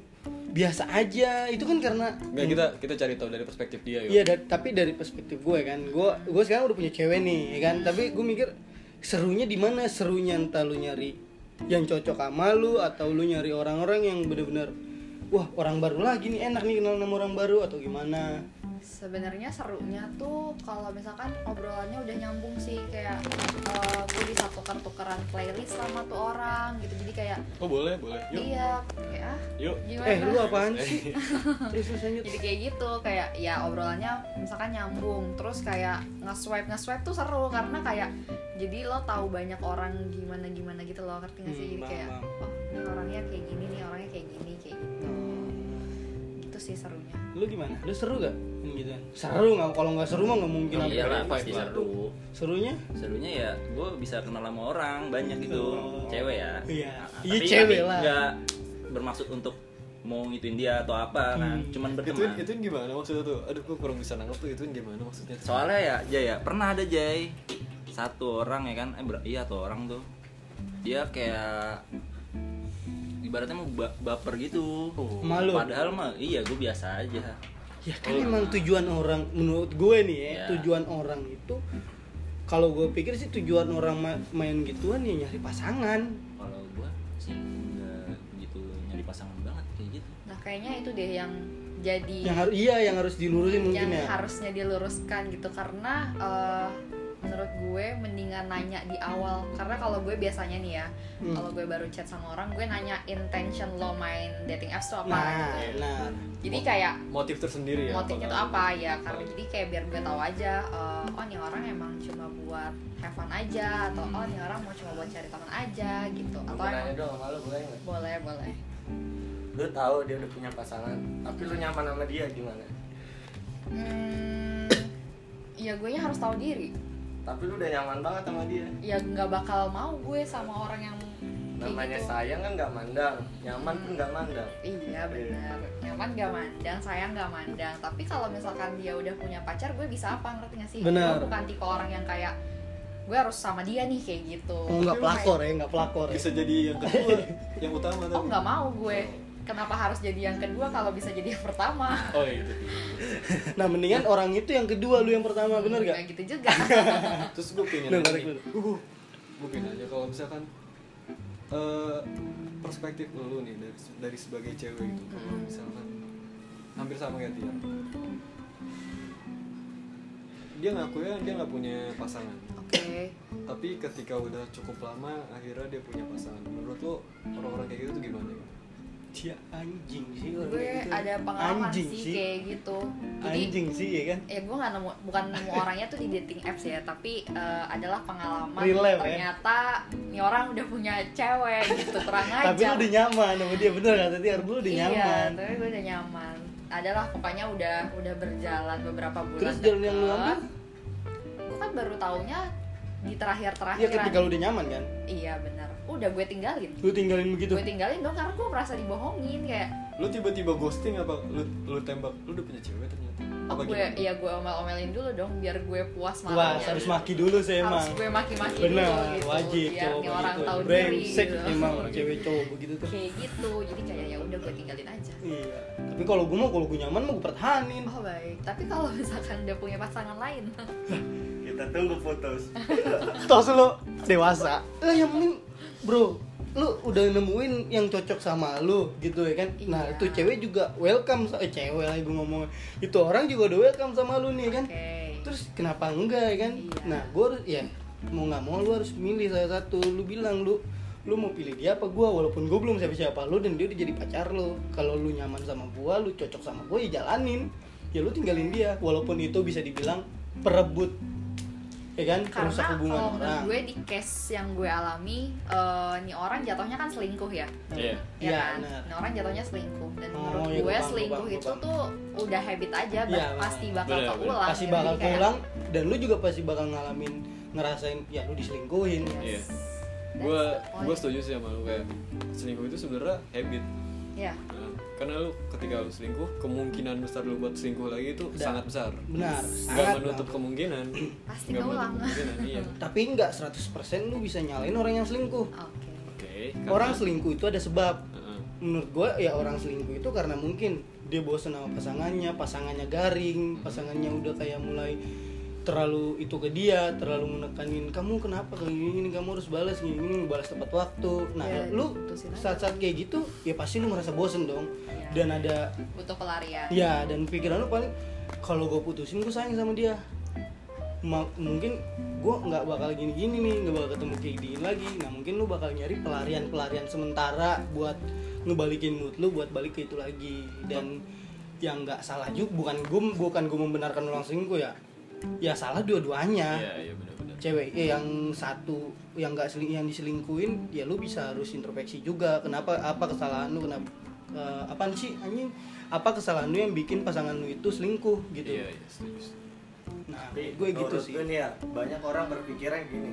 C: biasa aja itu kan karena
A: Enggak kita kita cari tahu dari perspektif dia yuk.
C: Iya, da- tapi dari perspektif gue kan, gue gue sekarang udah punya cewek nih, ya kan? Tapi gue mikir serunya di mana? Serunya entah lu nyari yang cocok sama lu atau lu nyari orang-orang yang bener-bener wah orang baru lagi nih enak nih kenal sama orang baru atau gimana?
D: sebenarnya serunya tuh kalau misalkan obrolannya udah nyambung sih kayak eh, gue bisa tuker-tukeran playlist sama tuh orang gitu jadi kayak
A: Oh boleh boleh. Yuk
D: iya kayak ah,
A: yuk.
D: gimana
C: Eh lu apaan sih? Terus terus lanjut.
D: jadi kayak gitu kayak ya obrolannya misalkan nyambung terus kayak nge-swipe nge-swipe tuh seru karena kayak jadi lo tahu banyak orang gimana gimana gitu lo ngerti gak sih
C: Hmm,
D: jadi kayak
C: paham,
D: oh ini orangnya kayak gini nih orangnya kayak gini kayak gitu itu sih serunya
C: Lu gimana? Lu seru gak? Gitu. Seru nggak? Kalau nggak seru mah nggak mungkin.
B: Iya
C: apa-apa.
B: lah, pasti seru.
C: Serunya?
B: serunya ya gue bisa kenal sama orang banyak gitu
C: Oh.
B: cewek ya
C: Iya.
B: Nah,
C: Iya,
B: tapi-
C: cewek
B: tapi
C: lah.
B: nggak bermaksud untuk mau ngituin dia atau apa kan
C: Hmm.
B: cuman
A: Itu
B: berteman
A: itu gimana maksudnya tuh? Aduh gua kurang bisa nangkep tuh itu gimana maksudnya?
B: soalnya ya Jay ya pernah ada Jay satu orang ya kan eh ber- iya tuh orang tuh dia kayak ibaratnya mau ba- baper gitu
A: Oh.
C: Malu.
B: padahal mah iya gue biasa aja
C: Ya kan emang tujuan orang menurut gue nih ya,
B: Ya.
C: tujuan orang itu kalau gue pikir sih tujuan orang ma- main gituan ya nyari pasangan.
B: kalau gue sih nggak gitu nyari pasangan banget kayak gitu
D: nah kayaknya itu deh yang jadi
C: Yang harus iya yang harus dilurusin mungkin
D: yang
C: ya.
D: harusnya diluruskan gitu karena eh, menurut gue mendingan nanya di awal karena kalau gue biasanya nih ya
C: Hmm.
D: kalau gue baru chat sama orang gue nanya intention lo main dating apps tuh apa
C: Nah,
D: gitu.
C: nah.
D: jadi kayak
A: Motif
F: Iya,
A: tersendiri ya.
D: motifnya tuh apa
F: gitu.
D: ya karena
A: Oh.
D: jadi kayak biar gue tahu aja eh, oh nih orang emang cuma buat have fun aja atau oh nih orang mau cuma buat cari teman aja gitu
F: Lu
D: atau
F: mau nanya
D: emang-
F: dong sama lu boleh nggak?
D: boleh boleh
F: Lu tahu dia udah punya pasangan, tapi lu nyaman sama dia gimana?
D: hmm, ya gue nya harus tahu diri
F: Tapi lu udah nyaman banget sama dia.
D: ya nggak bakal mau gue sama orang yang kayak
F: Namanya
D: gitu.
F: sayang kan nggak mandang, nyaman pun nggak mandang.
D: Iya benar. Nyaman gak mandang, sayang gak mandang. Tapi kalau misalkan dia udah punya pacar, gue bisa apa ngerti gak sih?
C: Benar.
D: Gue bukan tipe orang yang kayak gue harus sama dia nih kayak gitu.
C: Oh nggak pelakor ya, nggak pelakor. Ya.
A: Bisa jadi yang kedua, yang utama
D: Oh
A: tapi.
D: nggak mau gue. Kenapa harus jadi yang kedua kalau bisa jadi yang pertama?
A: Oh itu.
C: Nah mendingan orang itu yang kedua lu yang pertama bener gak?
D: Nggak gitu juga.
A: Terus gue pengen
C: Nah,
A: nanya
C: tarik
A: nih.
C: dulu.
A: Uh, gue pengen nanya kalau misalkan eh, perspektif lu nih dari dari sebagai cewek itu kalau misalkan hampir sama kayak Tiara dia ngaku ya dia nggak punya pasangan
D: Oke.
A: tapi ketika udah cukup lama akhirnya dia punya pasangan menurut lo orang-orang kayak gitu tuh gimana ya
C: Dia anjing sih orang
D: Gue
C: kayak gitu.
D: ada pengalaman
C: Anjing
D: sih kayak gitu. Jadi
C: Anjing sih ya kan
D: ya gue nggak nemu bukan nemu orangnya tuh di dating apps ya tapi eh, adalah pengalaman
C: Relate, ya?
D: ternyata nih orang udah punya cewek gitu kurang ajar
C: Tapi lu udah nyaman sama dia bener gak tadi Lu udah
D: iya
C: nyaman
D: tapi gue udah nyaman adalah pokoknya udah udah berjalan beberapa bulan
C: Terus jalan yang lu
D: deket.
C: ambil?
D: gue kan baru taunya di terakhir
C: Iya
D: terakhir
C: ketika lu udah nyaman kan
D: iya benar udah gue tinggalin
C: Lu tinggalin begitu
D: gue tinggalin dong karena gue merasa dibohongin kayak
A: lu tiba-tiba ghosting apa lu lu tembak lu udah punya cewek ternyata
D: oh,
A: apa
D: gue ya gue omel-omelin dulu dong biar gue puas
C: Wah
D: malamnya
C: harus maki dulu sih emang
D: ya. harus gue maki-maki
C: Bener
D: dulu gitu
C: wajib
D: biar
C: cowok
D: nih orang
C: begitu
D: tahu diri
C: Brengsek
D: gitu.
C: emang cewek cowok begitu tuh
D: kayak gitu jadi kayak ya udah gue tinggalin aja
C: Iya Tapi kalau gue mau kalau gue nyaman mau gue pertahanin
D: oh baik tapi kalau misalkan udah punya pasangan lain
G: Kita tunggu putus.
C: Tos lu dewasa Eh yang penting bro lu udah nemuin yang cocok sama lu gitu ya kan nah
D: Iya.
C: itu cewek juga welcome sa- eh, cewek lagi gue ngomong itu orang juga udah welcome sama lu nih ya kan
D: oke
C: terus kenapa enggak ya kan
D: Iya.
C: nah gue harus ya mau nggak mau lu harus milih salah satu lu bilang lu lu mau pilih dia apa gua walaupun gue belum siapa siapa lu dan dia udah jadi pacar lu kalau lu nyaman sama gua lu cocok sama gua ya jalanin ya lu tinggalin dia walaupun itu bisa dibilang perebut ya kan
D: karena
C: rusak hubungan Nah.
D: kalau menurut
C: orang
D: gue di case yang gue alami eh, nih orang jatuhnya kan selingkuh ya
B: Iya.
D: ya
C: Iya,
D: kan
C: benar.
D: nih orang jatuhnya selingkuh dan
C: Oh,
D: menurut
C: iya,
D: gue
C: gua paham,
D: selingkuh
C: gua paham,
D: itu
C: gua
D: tuh udah habit aja
C: Iya,
D: bah-
C: benar.
D: pasti bakal
B: Benar, benar.
D: keulang
C: pasti
D: gitu.
C: bakal
D: Jadi kayak,
C: pulang dan lu juga pasti bakal ngalamin ngerasain ya lu diselingkuhin
B: Iya.
D: yes, that's
A: gue
D: the point.
A: gue setuju sih sama lu kayak selingkuh itu sebenarnya habit
D: ya
A: Nah, karena lu ketika lu selingkuh kemungkinan besar lu buat selingkuh lagi itu
C: Dan-
A: sangat besar nggak
C: benar sangat
A: menutup
C: banget.
A: kemungkinan
D: Pasti
A: nggak menutup
D: keulang.
A: kemungkinan iya
C: tapi nggak 100% lu bisa nyalain orang yang selingkuh
D: oke
A: oke
C: orang selingkuh itu ada sebab
A: Heeh.
C: menurut gue ya orang selingkuh itu karena mungkin dia bosen sama pasangannya pasangannya garing pasangannya udah kayak mulai terlalu itu ke dia terlalu menekanin kamu kenapa kayak gini kamu harus balas gini gini balas tepat waktu nah
D: Ya,
C: lu
D: putusin aja.
C: saat-saat kayak gitu ya pasti lu merasa bosen dong
D: Ya.
C: dan ada
D: butuh pelarian
C: ya dan pikiran lu paling kalau gue putusin gue sayang sama dia Ma- mungkin gue nggak bakal gini-gini nih nggak bakal ketemu kayak gini lagi nah mungkin lu bakal nyari pelarian-pelarian sementara buat ngebalikin mood lu buat balik ke itu lagi dan yang nggak salah juga bukan gue bukan gue membenarkan ulang selingkuh ya ya salah dua-duanya
B: Iya, iya benar-benar.
C: cewek ya, yang satu yang nggak seling yang diselingkuin ya lu bisa harus introspeksi juga kenapa apa kesalahan lu kenapa eh, apaan sih anjing apa kesalahan lu yang bikin pasangan lu itu selingkuh gitu
B: Iya, iya, setuju. setuju.
C: nah
G: Tapi
C: gue gitu
G: menurut
C: sih
G: gue nih ya, banyak orang berpikiran gini.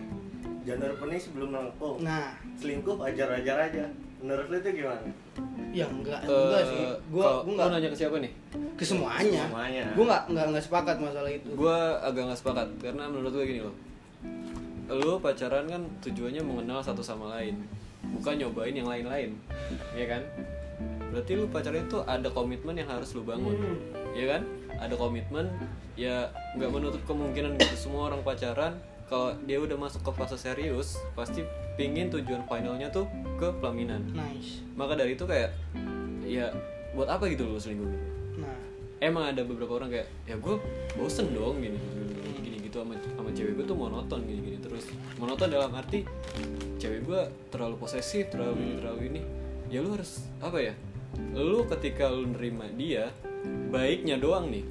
G: Janur pening sebelum melengkung.
C: nah
G: Selingkuh wajar-wajar aja. Menurut lu itu gimana?
C: yang ya enggak
A: Eh,
C: enggak sih gue
A: kalau-
C: gue
A: lu
C: nggak
A: nanya ke siapa nih
C: ke semuanya,
G: Semuanya.
C: gue nggak nggak nggak sepakat masalah itu
A: gue agak nggak sepakat karena menurut gue gini loh lu pacaran kan tujuannya mengenal satu sama lain bukan nyobain yang lain-lain ya kan berarti lu pacaran itu ada komitmen yang harus lu bangun ya kan ada komitmen ya nggak menutup kemungkinan gitu semua orang pacaran kalau dia udah masuk ke fase serius pasti pingin tujuan finalnya tuh ke pelaminan
C: nice
A: maka dari itu kayak ya buat apa gitu lu selingkuh gitu?
C: nah
A: emang ada beberapa orang kayak ya gue bosen dong gini gini gitu sama sama cewek gue tuh monoton gini gini terus monoton dalam arti cewek gue terlalu posesif terlalu ini terlalu ini ya lu harus apa ya lu ketika lu nerima dia baiknya doang nih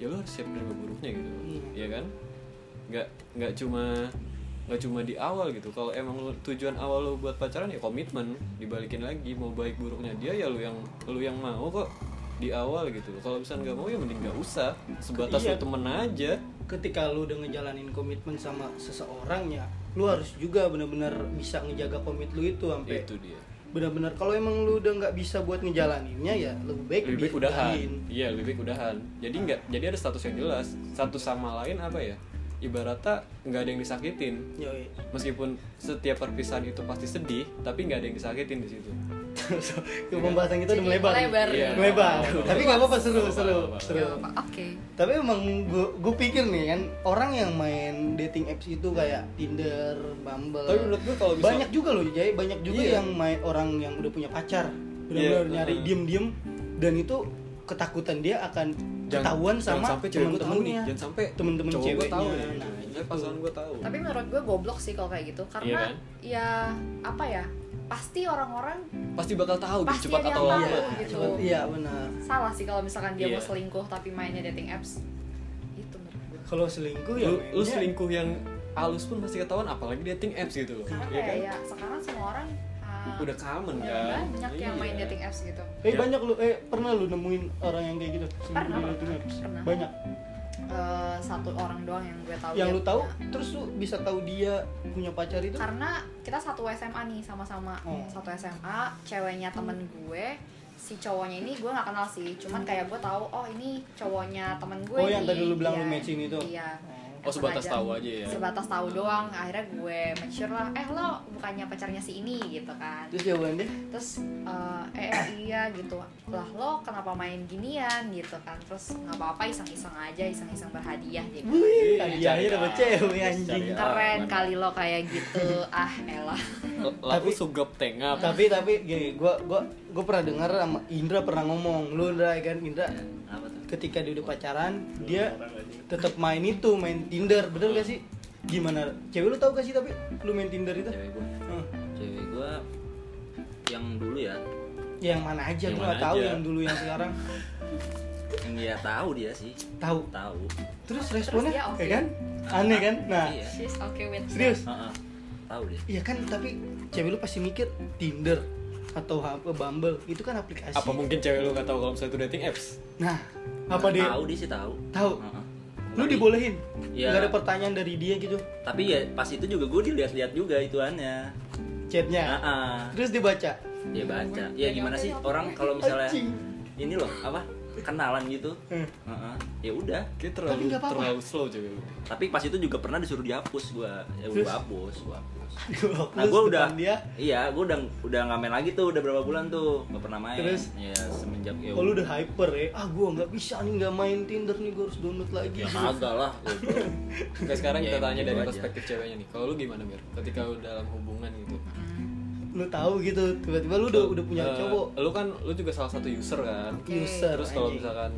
A: ya lu harus siap nerima buruknya gitu ya kan nggak nggak cuma nggak cuma di awal gitu kalau emang lu- tujuan awal lu buat pacaran ya komitmen dibalikin lagi mau baik buruknya dia ya lu yang lu yang mau kok di awal gitu kalau misalnya nggak mau ya mending nggak usah sebatas
C: Iya.
A: lu temen aja
C: ketika lu udah ngejalanin komitmen sama seseorang ya lu harus juga bener-bener bisa ngejaga komit lu itu sampai
A: itu dia
C: benar-benar kalau emang lu udah nggak bisa buat ngejalaninnya ya lebih baik
A: lebih baik udahan
C: diudahin.
A: iya lebih baik udahan jadi nggak jadi ada status yang jelas satu sama lain apa ya ibaratnya nggak ada yang disakitin
C: Yoi.
A: meskipun setiap perpisahan itu pasti sedih tapi nggak ada yang disakitin di situ
C: So, ke pembahasan kita udah
D: Jadi
C: melebar
D: melebar.
C: nih.
A: Iya.
C: melebar tapi nggak apa-apa seru seru
D: Gak
C: seru
D: apa-apa. oke
C: tapi emang gue pikir nih kan orang yang main dating apps itu kayak Tinder, Bumble.
A: Tapi menurut gue kalau misal-
C: banyak juga loh Jay, banyak juga
A: Iya.
C: yang main orang yang udah punya pacar. Benar-benar
A: Iya,
C: nyari
A: uh-huh.
C: diem-diem dan itu ketakutan dia akan ketahuan sama
A: jangan sampai cewek gue tahu nih
C: temen-temennya.
A: jangan sampai
C: Temen-temen
A: cowok gue tahu
C: ceweknya.
A: nih
C: Nah,
A: gitu.
C: gitu.
A: pasangan gue tahu
D: tapi menurut gue goblok sih kalau kayak gitu
A: Iya
D: karena
A: kan?
D: ya apa ya pasti orang-orang
A: pasti bakal tahu gitu,
D: Pasti
A: cepat
D: ada yang
A: atau
D: tahu.
A: lambat
C: Iya,
D: gitu.
C: cepet- iya benar.
D: salah sih kalau misalkan dia
A: Iya.
D: mau selingkuh tapi mainnya dating apps itu menurut gue
C: Kalau selingkuh ya
A: lu, lu
C: mainnya-
A: selingkuh yang halus pun pasti ketahuan apalagi dating apps gitu loh
D: karena
A: Iya
C: kan?
D: kayak ya sekarang semua orang ah,
A: udah common
D: ya,
A: kan
D: banyak yang main dating apps gitu
C: Eh
A: Ya.
C: banyak lu eh pernah lu nemuin orang yang kayak gitu? selingkuh
D: Pernah,
C: di
D: pernah,
C: dating apps?
D: pernah.
C: Banyak.
D: Eh, satu orang doang yang gue tahu ya.
C: Yang
D: dia
C: lu tahu
D: punya.
C: terus lu bisa tahu dia punya pacar itu?
D: karena kita satu SMA nih sama-sama
C: Oh.
D: satu SMA ceweknya temen gue si cowoknya ini gue nggak kenal sih cuman kayak gue tahu oh ini cowoknya temen gue
C: Oh, yang
D: nih.
C: tadi lu bilang
D: Iya,
C: lu matching itu?
D: iya
A: Oh, sebatas tahu aja ya?
D: sebatas tahu doang akhirnya gue make sure lah eh lo bukannya pacarnya si ini gitu kan
C: Terus jawaban dia,
D: terus eh, eh eh, iya gitu lah lo kenapa main ginian gitu kan terus nggak apa-apa iseng-iseng aja iseng-iseng berhadiah dia
C: "Wih,
D: bilang.
C: ya,
A: Iya,
C: hadiahnya
A: cari
C: dapat
A: ah,
C: cewek
A: cari
C: anjing."
A: ah.
D: keren
A: mana?
D: kali lo kayak gitu ah elah
A: laku
C: Tapi-
A: sugap tengah
C: tapi tapi gini gua gua gua pernah dengar sama Indra pernah ngomong lu Indra ya kan Indra
B: Eh, apa tuh
C: ketika dia udah pacaran dia tetap main itu main Tinder bener gak sih gimana cewek lu tahu gak sih tapi lu main Tinder
A: Iya.
C: itu
B: cewek gue
C: Hah.
B: cewek gue yang dulu ya
C: yang mana aja
A: Yang
C: gua nggak
A: mana
C: tahu
A: aja.
C: yang dulu yang sekarang
B: yang dia tahu dia sih
C: tahu
B: tahu
C: terus responnya
D: dia
C: ya
D: oke.
C: kan aneh kan nah
B: iya
D: she's okay with that.
C: serius
B: Heeh, tahu dia
C: Iya kan tapi cewek lu pasti mikir Tinder atau apa Bumble itu kan aplikasi
A: apa mungkin cewek lu nggak tahu kalau misalnya itu dating apps
C: nah apa dia
B: tahu dia sih tahu
C: tahu
B: Heeh.
C: lu
B: Tapi-
C: dibolehin
B: Iya.
C: nggak ada pertanyaan dari dia gitu
B: tapi ya pas itu juga gue dilihat-lihat juga ituannya
C: chatnya
B: Heeh.
C: terus dibaca
B: dia baca ya gimana sih orang kalau misalnya
C: Anjing.
B: ini loh apa kenalan gitu
C: Eh.
B: Heeh. ya udah
A: kayak terlalu
C: nggak apa-apa.
A: terlalu slow cewek lu
B: tapi pas itu juga pernah disuruh dihapus gua ya
C: Terus?
B: gua hapus gua hapus
C: Aduh,
B: nah
C: terus
B: gua
C: depan
B: udah
C: dia
B: iya gua udah udah nggak main lagi tuh udah berapa bulan tuh nggak pernah main
C: Terus?
B: ya semenjak ya
C: Oh lu udah hyper ya? Ah gua nggak bisa nih nggak main Tinder nih gua harus download lagi.
B: ya kagak lah goblok.
A: Oke sekarang
B: Ya,
A: kita
B: emang
A: tanya
B: gitu
A: dari
B: aja.
A: perspektif ceweknya nih. Kalau lu gimana Mir? Ketika lu dalam hubungan gitu.
D: Hmm,
C: Lu tahu gitu tiba-tiba lu udah
A: Lu,
C: udah punya
A: eh,
C: cowok Iya,
A: Lu kan lu juga salah satu user kan.
D: Oke.
C: user.
A: Terus kalau
C: anjing.
A: misalkan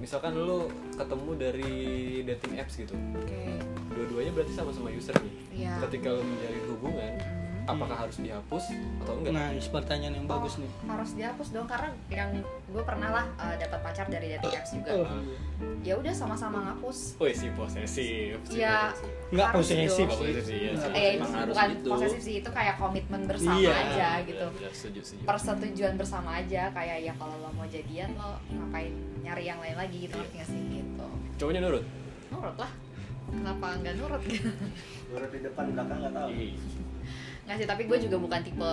A: misalkan lu ketemu dari dating apps gitu.
D: oke
A: Dua-duanya berarti sama-sama user nih.
D: Iya. Hmm.
A: Ketika lu menjalin hubungan, apakah harus dihapus atau enggak?
C: Nah, ini pertanyaan yang bagus nih.
D: harus dihapus dong karena yang gue pernah lah eh, dapat pacar dari dating apps juga
C: Oh.
D: ya udah sama-sama ngapus
A: Wih si posesif. si
D: ya
A: posesif.
C: Nggak
D: harus
C: posesif
A: Nggak
D: dong.
A: posesif sih, ya, sih.
D: eh
A: Emang
D: itu
A: harus
D: bukan
B: gitu.
D: posesif sih itu kayak komitmen bersama
C: Iya.
D: aja gitu
A: Ya, ya, setuju, setuju.
D: persetujuan bersama aja kayak ya kalau lo mau jadian lo ngapain nyari yang lain lagi gitu ngerti nggak sih gitu
A: Cowoknya nurut.
D: nurut lah kenapa nggak nurut gitu
G: Menurut di depan belakang nggak tahu.
B: Iya.
C: Iya.
D: nggak sih tapi gue juga bukan tipe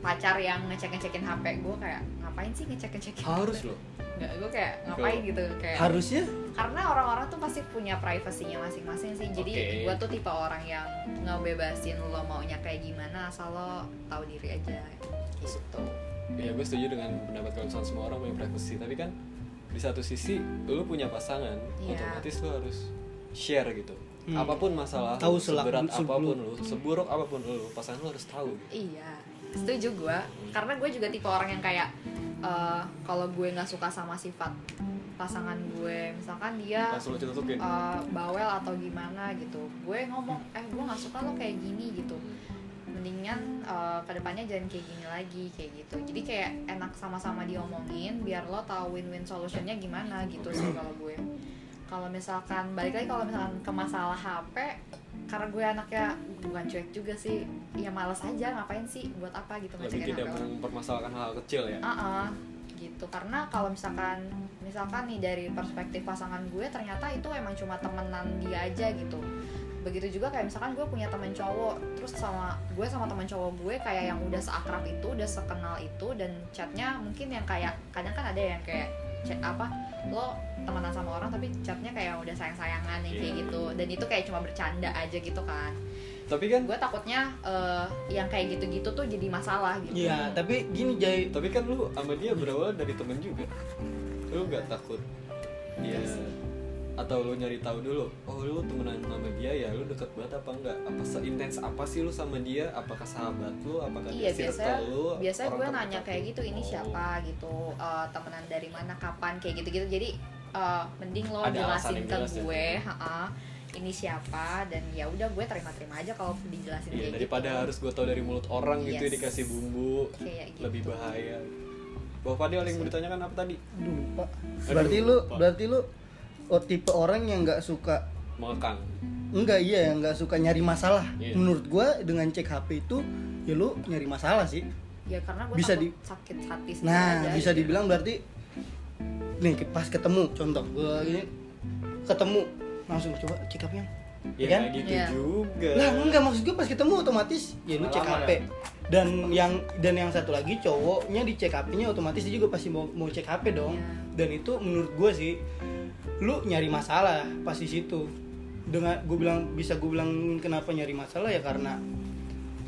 D: pacar yang ngecek ngecekin hp gue kayak ngapain sih ngecek ngecekin
A: Harus loh.
D: nggak gue kayak ngapain
A: Kalau-
D: gitu kayak
C: Harusnya
D: karena orang-orang tuh pasti punya privasinya masing-masing sih jadi
A: Oke.
D: gue tuh tipe orang yang ngebebasin lo maunya kayak gimana asal lo tahu diri aja gitu
A: Ya gue setuju dengan pendapat kalau misalnya semua orang punya privacy Tapi kan di satu sisi lu punya pasangan
D: Iya.
A: Otomatis lu harus share gitu Apapun masalah lu,
C: Hmm. Tahu selak-
A: Seberat
C: sebelum-
A: apapun lu Seburuk apapun lu Pasangan lu harus tahu gitu.
D: Iya, setuju gue. Karena gue juga tipe orang yang kayak eh, kalau gue nggak suka sama sifat pasangan gue, misalkan dia
A: Langsung lu tutupin
D: eh, bawel atau gimana gitu, gue ngomong, eh gue nggak suka lo kayak gini gitu. Mendingan eh, kedepannya jangan kayak gini lagi kayak gitu. Jadi kayak enak sama-sama diomongin, biar lo tahu win-win solutionnya gimana gitu sih kalau gue. Kalau misalkan balik lagi kalau misalkan ke masalah HP, karena gue anaknya bukan cuek juga sih ya malas aja ngapain sih buat apa gitu
A: Lebih
D: ngecekin
A: tidak
D: HP orang
A: mempermasalahkan hal kecil ya
D: Ah, ah, gitu karena kalau misalkan misalkan nih dari perspektif pasangan gue ternyata itu emang cuma temenan dia aja gitu begitu juga kayak misalkan gue punya temen cowok terus sama gue sama temen cowok gue kayak yang udah seakrab itu udah sekenal itu dan chatnya mungkin yang kayak kadang kan ada yang kayak chat apa lo temenan sama orang tapi chatnya kayak udah sayang sayangan yang kayak
A: Iya.
D: gitu dan itu kayak cuma bercanda aja gitu kan
A: Tapi kan
D: gue takutnya eh, yang kayak gitu-gitu tuh jadi masalah gitu
C: Iya, tapi gini Jay,
A: tapi kan lu sama dia berawal dari temen juga Lu gak takut Ya atau lu nyari tahu dulu oh lu temenan sama dia ya lu deket banget apa enggak apa seintens apa sih lu sama dia apakah sahabat lu apakah
D: Iya
A: dia
D: biasanya
A: circle lu
D: biasanya
A: orang
D: gue
A: terdekat
D: nanya kayak
A: lu?
D: gitu ini
A: Oh.
D: siapa gitu eh, temenan dari mana kapan kayak gitu gitu jadi eh, mending lo
A: Ada alasan
D: jelasin
A: yang
D: ke
A: jelas ya.
D: gue ha-ha, ini siapa dan ya udah gue terima-terima aja kalau dijelasin
A: Iya,
D: kayak
A: daripada
D: gitu.
A: harus gue tahu dari mulut orang gitu
D: Yes.
A: dikasih bumbu
D: Kayak gitu.
A: lebih bahaya. Bapak Fadil yang mau ditanyakan apa tadi?
C: Aduh, lupa.
A: Aduh,
C: Berarti lu
A: lupa.
C: berarti lu oh, tipe orang yang nggak suka
A: Mengekang.
C: enggak iya yang nggak suka nyari masalah.
A: Iya.
C: Menurut gua dengan cek HP itu ya lu nyari masalah sih.
D: ya karena gue
C: Bisa
D: takut
C: di-
D: sakit hati sendiri
C: Nah,
D: aja.
C: bisa dibilang berarti nih ke- pas ketemu contoh gua ini ketemu langsung coba cek HP-nya.
A: Ya
C: kan?
A: nggak gitu
D: Iya.
A: juga.
C: Lah enggak maksud gue pas ketemu otomatis ya lu cek
G: Pengalaman
C: HP. Dan yang dan yang satu lagi cowoknya di cek HP-nya otomatis dia juga pasti mau mau cek HP dong.
D: Iya.
C: Dan itu menurut gue sih lu nyari masalah pas di situ. Dengan gue bilang bisa gue bilang kenapa nyari masalah ya karena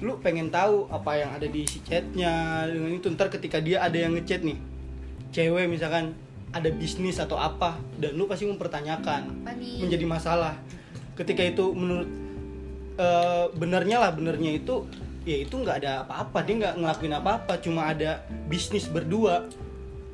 C: lu pengen tahu apa yang ada di isi chatnya dengan itu ntar ketika dia ada yang ngechat nih cewek misalkan ada bisnis atau apa dan lu pasti mempertanyakan
D: Apa nih?
C: menjadi masalah ketika itu menurut eh, benernya lah benernya itu ya itu nggak ada apa-apa dia nggak ngelakuin apa-apa cuma ada bisnis berdua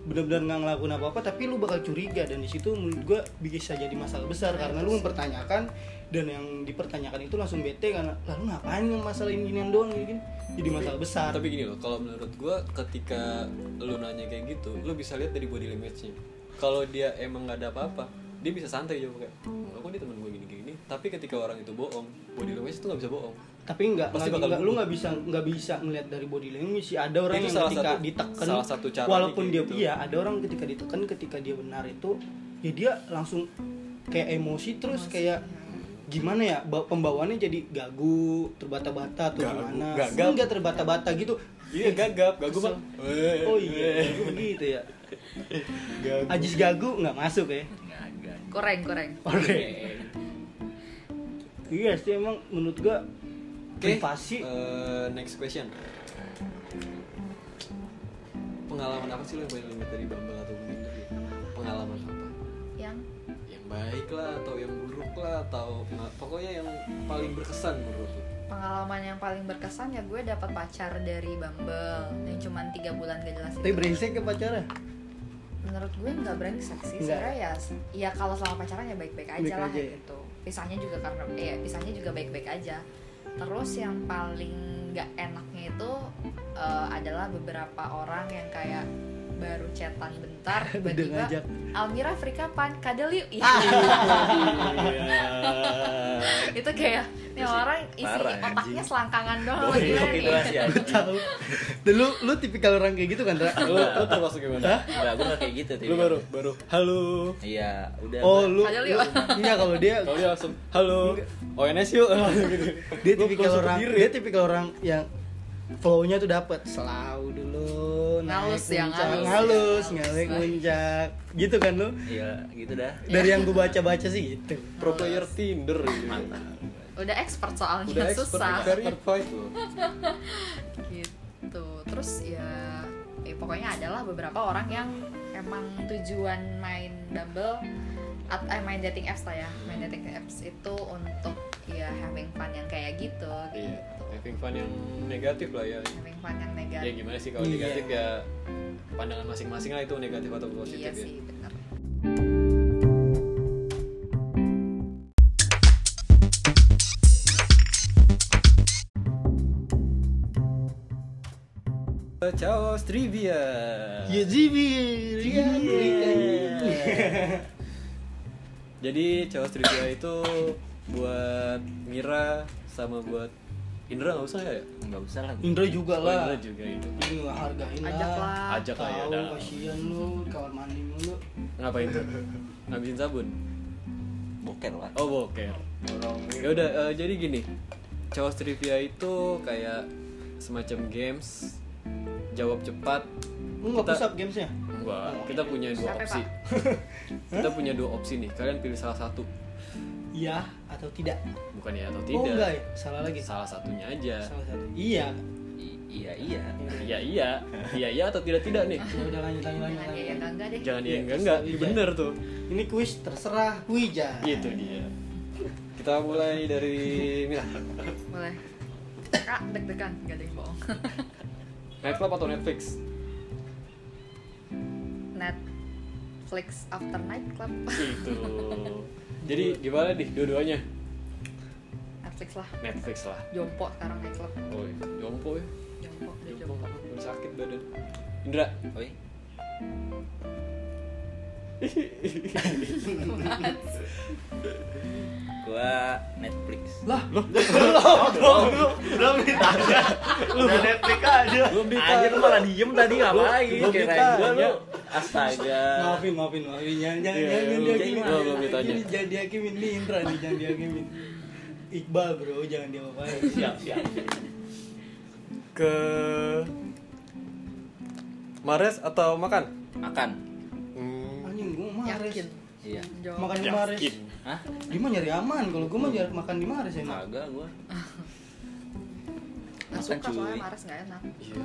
C: bener-bener nggak ngelakuin apa-apa tapi lu bakal curiga dan di situ menurut gua bisa jadi masalah besar karena lu mempertanyakan dan yang dipertanyakan itu langsung bete karena lalu ngapain yang masalah ini ginian doang gini jadi masalah
A: Ah,
C: besar
A: Tapi gini loh, kalau menurut gue ketika lu nanya kayak gitu, lu bisa lihat dari body language-nya. Kalau dia emang nggak ada apa-apa, dia bisa santai jawab kayak, "Enggak kok dia teman gue gini-gini." Tapi ketika orang itu bohong, body language itu nggak bisa bohong.
C: tapi nggak
A: Pasti
C: nggak-
A: bakal
C: nggak- lu
A: gugup.
C: nggak bisa nggak bisa ngelihat dari body language sih ada orang
A: Itu
C: yang
A: salah
C: ketika
A: satu-
C: ditekan
A: salah satu caranya
C: walaupun
A: kayak
C: dia
A: gitu.
C: iya ada orang ketika ditekan ketika dia benar itu ya dia langsung kayak emosi terus kayak gimana ya ba- pembawaannya jadi gagu terbata-bata atau
A: Gagu,
C: gimana
A: gagap.
C: enggak terbata-bata gitu
A: Iya, gagap, gagu bang.
C: oh iya gagu begitu ya ajis gagu nggak masuk ya
B: Nggak ada.
D: koreng koreng
C: oke iya sih emang menurut gua
A: Oke,
C: privasi
A: eh, next question. Pengalaman apa sih lo yang paling limit dari Bumble atau Tinder? ya? Pengalaman apa?
D: yang
A: Yang baik lah atau yang buruk lah atau nah, pokoknya yang paling berkesan menurut lo?
D: pengalaman yang paling berkesan ya gue dapat pacar dari Bumble yang cuman tiga bulan gak jelas
C: tapi
D: itu
C: brengsek ke pacarnya
D: menurut gue nggak brengsek sih
C: Nggak.
D: sebenarnya ya ya kalau selama pacaran ya baik-baik aja
C: Baik
D: lah
C: aja ya.
D: gitu pisahnya juga karena eh pisahnya juga baik-baik aja terus yang paling nggak enaknya itu eh, adalah beberapa orang yang kayak baru chatan bentar
C: udah
D: tiba-tiba
C: ngajak Ah.
D: Almira free kapan kadel yuk Ih, itu kayak ini orang isi
B: parah,
D: otaknya
B: anjing.
D: selangkangan doang gitu.
B: Bodoh
D: gimana
B: itu
D: nih?
B: lah sih anjing.
C: tahu Dan lu lu tipikal orang kayak gitu kan Ra?
A: Lo, lo termasuk gimana?
B: Enggak, gue nggak kayak gitu tuh.
A: Lo baru, baru, halo.
B: Iya, udah.
C: oh
B: gua-
C: lu,
D: Padahal
C: lu
D: iya.
C: iya kalau dia
A: Kalau dia langsung, halo. ONS yuk. gitu.
C: dia
A: Lo
C: tipikal
A: langsung
C: orang
A: berdiri.
C: dia tipikal orang yang flow-nya tuh dapet selalu dulu naik
D: Ngalus ya,
C: puncak,
D: ngalus.
C: ngalus
D: Ngalus,
C: ngalus
D: baik.
C: puncak gitu kan lu
B: Iya, gitu dah.
C: dari yang gua baca-baca sih gitu
A: Pro player Tinder gitu.
D: udah expert soalnya
A: Udah expert,
D: susah
A: verified lo.
D: gitu terus ya eh, pokoknya adalah beberapa orang yang emang tujuan main Bumble at eh, main dating apps lah ya main dating apps itu untuk ya having fun yang kayak gitu
A: Iya,
D: gitu
A: having fun yang negatif lah ya.
D: having fun yang
A: ya
D: negatif
A: gimana sih kalau
C: Iya.
A: negatif ya pandangan masing-masing lah itu negatif atau positif
D: iya
A: ya
D: sih benar
C: Eh,
A: Chaos trivia Iya,
C: ya jibir ya
A: jadi chaos trivia itu buat Mira sama buat Indra nggak usah ya
B: Enggak usah lah.
C: Indra juga
A: Oh, Indra
C: lah
A: juga itu
C: ini nggak hargain lah
D: ajaklah
A: ajak lah ya
C: tahu
A: dah.
C: kasihan lu di kamar mandi mulu
A: ngapain tuh ngabisin sabun
B: Boker lah.
A: oh boker ya udah eh, jadi gini chaos trivia itu kayak semacam games jawab cepat
C: lu nggak Oh,
A: Kita-
C: push up gamesnya
A: Enggak, kita punya dua
D: Capek,
A: opsi. kita punya dua opsi nih. Kalian pilih salah satu.
C: iya atau tidak
A: Bukan ya atau
C: oh
A: tidak.
C: enggak ya salah lagi
A: Salah satunya aja.
C: salah satu iya
B: I- iya, iya.
C: Iya.
A: ya iya iya iya atau tidak tidak nih
C: Ya udah lanjut lanjut lanjut.
D: jangan
C: lanjut.
D: ya ya enggak enggak deh
C: Iya,
A: jangan yang enggak enggak Ini bener tuh
C: Ini kuis terserah Wija.
A: itu dia kita mulai dari Mila
D: boleh kak deg-degan nggak ada yang bohong
A: Netflix atau Netflix
D: Netflix after nightclub
A: itu Gitu. jadi gimana nih dua-duanya
D: Netflix lah
A: Netflix lah
D: jompo sekarang nightclub
A: oh iya. jompo ya
D: jompo udah
A: jompo
D: jompo
A: Udah sakit badan Indra
B: Oi. gua Netflix.
C: Lah,
G: belum ditanya udah Netflix aja
A: belum
B: Anjir lu malah diem tadi ngapain?
C: belum
B: Kirain
C: ditanya.
B: gua lu. Astaga.
C: maafin maafin maafin jangan jangan
A: Iya,
C: jangan jangan
A: lu-
C: dihakimin.
A: lu- lu ditanya.
C: Ini jangan dihakimin nih Indra nih jangan dihakimin. Iqbal bro jangan diapa-apain.
B: Siap, siap.
A: ke Mares atau makan
B: Makan.
A: Hmm.
C: Anjing gua mah Mares.
D: yakin
B: Iya.
D: jompo
C: Makan di Mares.
B: Hah?
C: Dia mah nyari aman kalau gua mah nyari makan di ya, Mares enak.
B: Kagak gua.
D: nggak
B: Makan,
D: suka soalnya
B: cuy.
D: Mares nggak enak
A: iya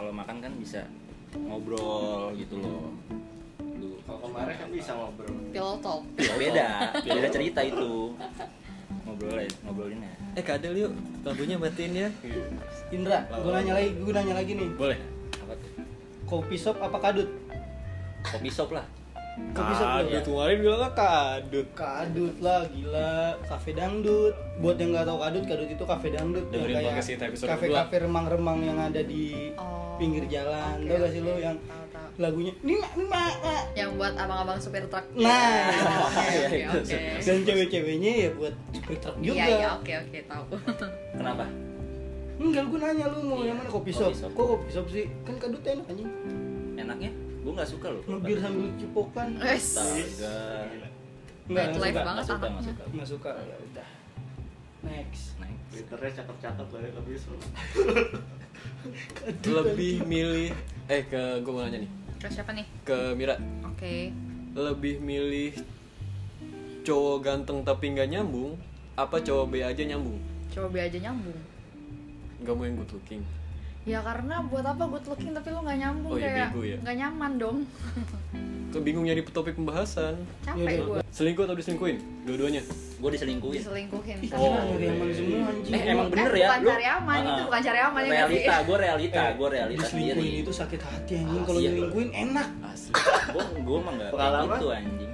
B: Kalau makan kan bisa ngobrol gitu loh. Lu
G: kalau kemarin kan bisa ngobrol
D: pillow talk
A: Iya,
B: Ya, beda, beda cerita itu. Ngobrol aja, ngobrolin ya.
A: eh kadel yuk lampunya matiin ya
C: Indra, gua nanya lagi, gua nanya lagi nih.
A: boleh
B: Apa tuh?
C: Kopi shop apa kadut?
B: Kopi shop lah.
C: Kopi shop lu
A: kadut
C: ya?
A: kemarin bilangnya kadut
C: Kadut lah, gila. Kafe dangdut. Buat yang nggak tahu kadut, kadut itu kafe dangdut. Yang
A: Dengerin
C: kayak
A: podcast kita episode
C: Kafe-kafe remang-remang yang ada di
D: Oh.
C: pinggir jalan.
D: Oke,
C: Tau gak sih
D: oke.
C: lo yang
D: Tahu, tahu.
C: lagunya Nima, Nima, Nima.
D: yang buat abang-abang supir truk Iya,
C: Nah.
D: oke oke oke
C: Dan
B: Iya,
C: cewek-ceweknya ya buat supir truk juga.
D: iya iya oke oke tahu
B: Kenapa?
C: Enggak, gue nanya lu mau
B: Iya,
C: yang mana
B: kopi
C: kopi shop.
B: shop.
C: Kok kopi shop sih? Kan kadut enak anjing.
B: Enaknya? Gua nggak suka loh.
C: Ngebir sambil cipokan.
D: wes
B: Astaga.
C: Enggak, enggak
D: Nightlife
C: suka.
D: Eh, banget.
B: Nggak suka, nggak suka.
C: Enggak suka. Ya udah. Next.
B: Naik.
G: Twitternya cakep-cakep dari lebih seru
A: lebih milih eh ke gue mau nanya nih
D: terus siapa nih
A: ke Mira
D: oke
A: lebih milih cowok ganteng tapi nggak nyambung apa cowok B aja nyambung
D: coba be aja nyambung
A: nggak mau yang good looking
D: ya karena buat apa good looking tapi lu nggak nyambung
A: Oh, iya,
D: kayak
A: bego ya.
D: nggak nyaman dong
A: tuh bingung nyari topik pembahasan
D: capek gue
A: selingkuh atau diselingkuhin dua-duanya
B: Gue diselingkuhin.
D: diselingkuhin
A: Oh.
C: Nah, nyari aman semua anjing.
B: Eh emang
D: Eh,
B: bener ya?
D: bukan cari aman,
B: Ah,
D: itu bukan cari aman, ya nggak sih?
B: Realita, gue realita,
C: Eh,
B: gue realita sendiri.
C: diselingkuhin itu sakit hati anjing
B: Ah,
C: kalau
B: iya.
C: dilingkuin enak
A: asli
B: Gue gue mah nggak kayak
G: Pengalaman?
B: gitu anjing.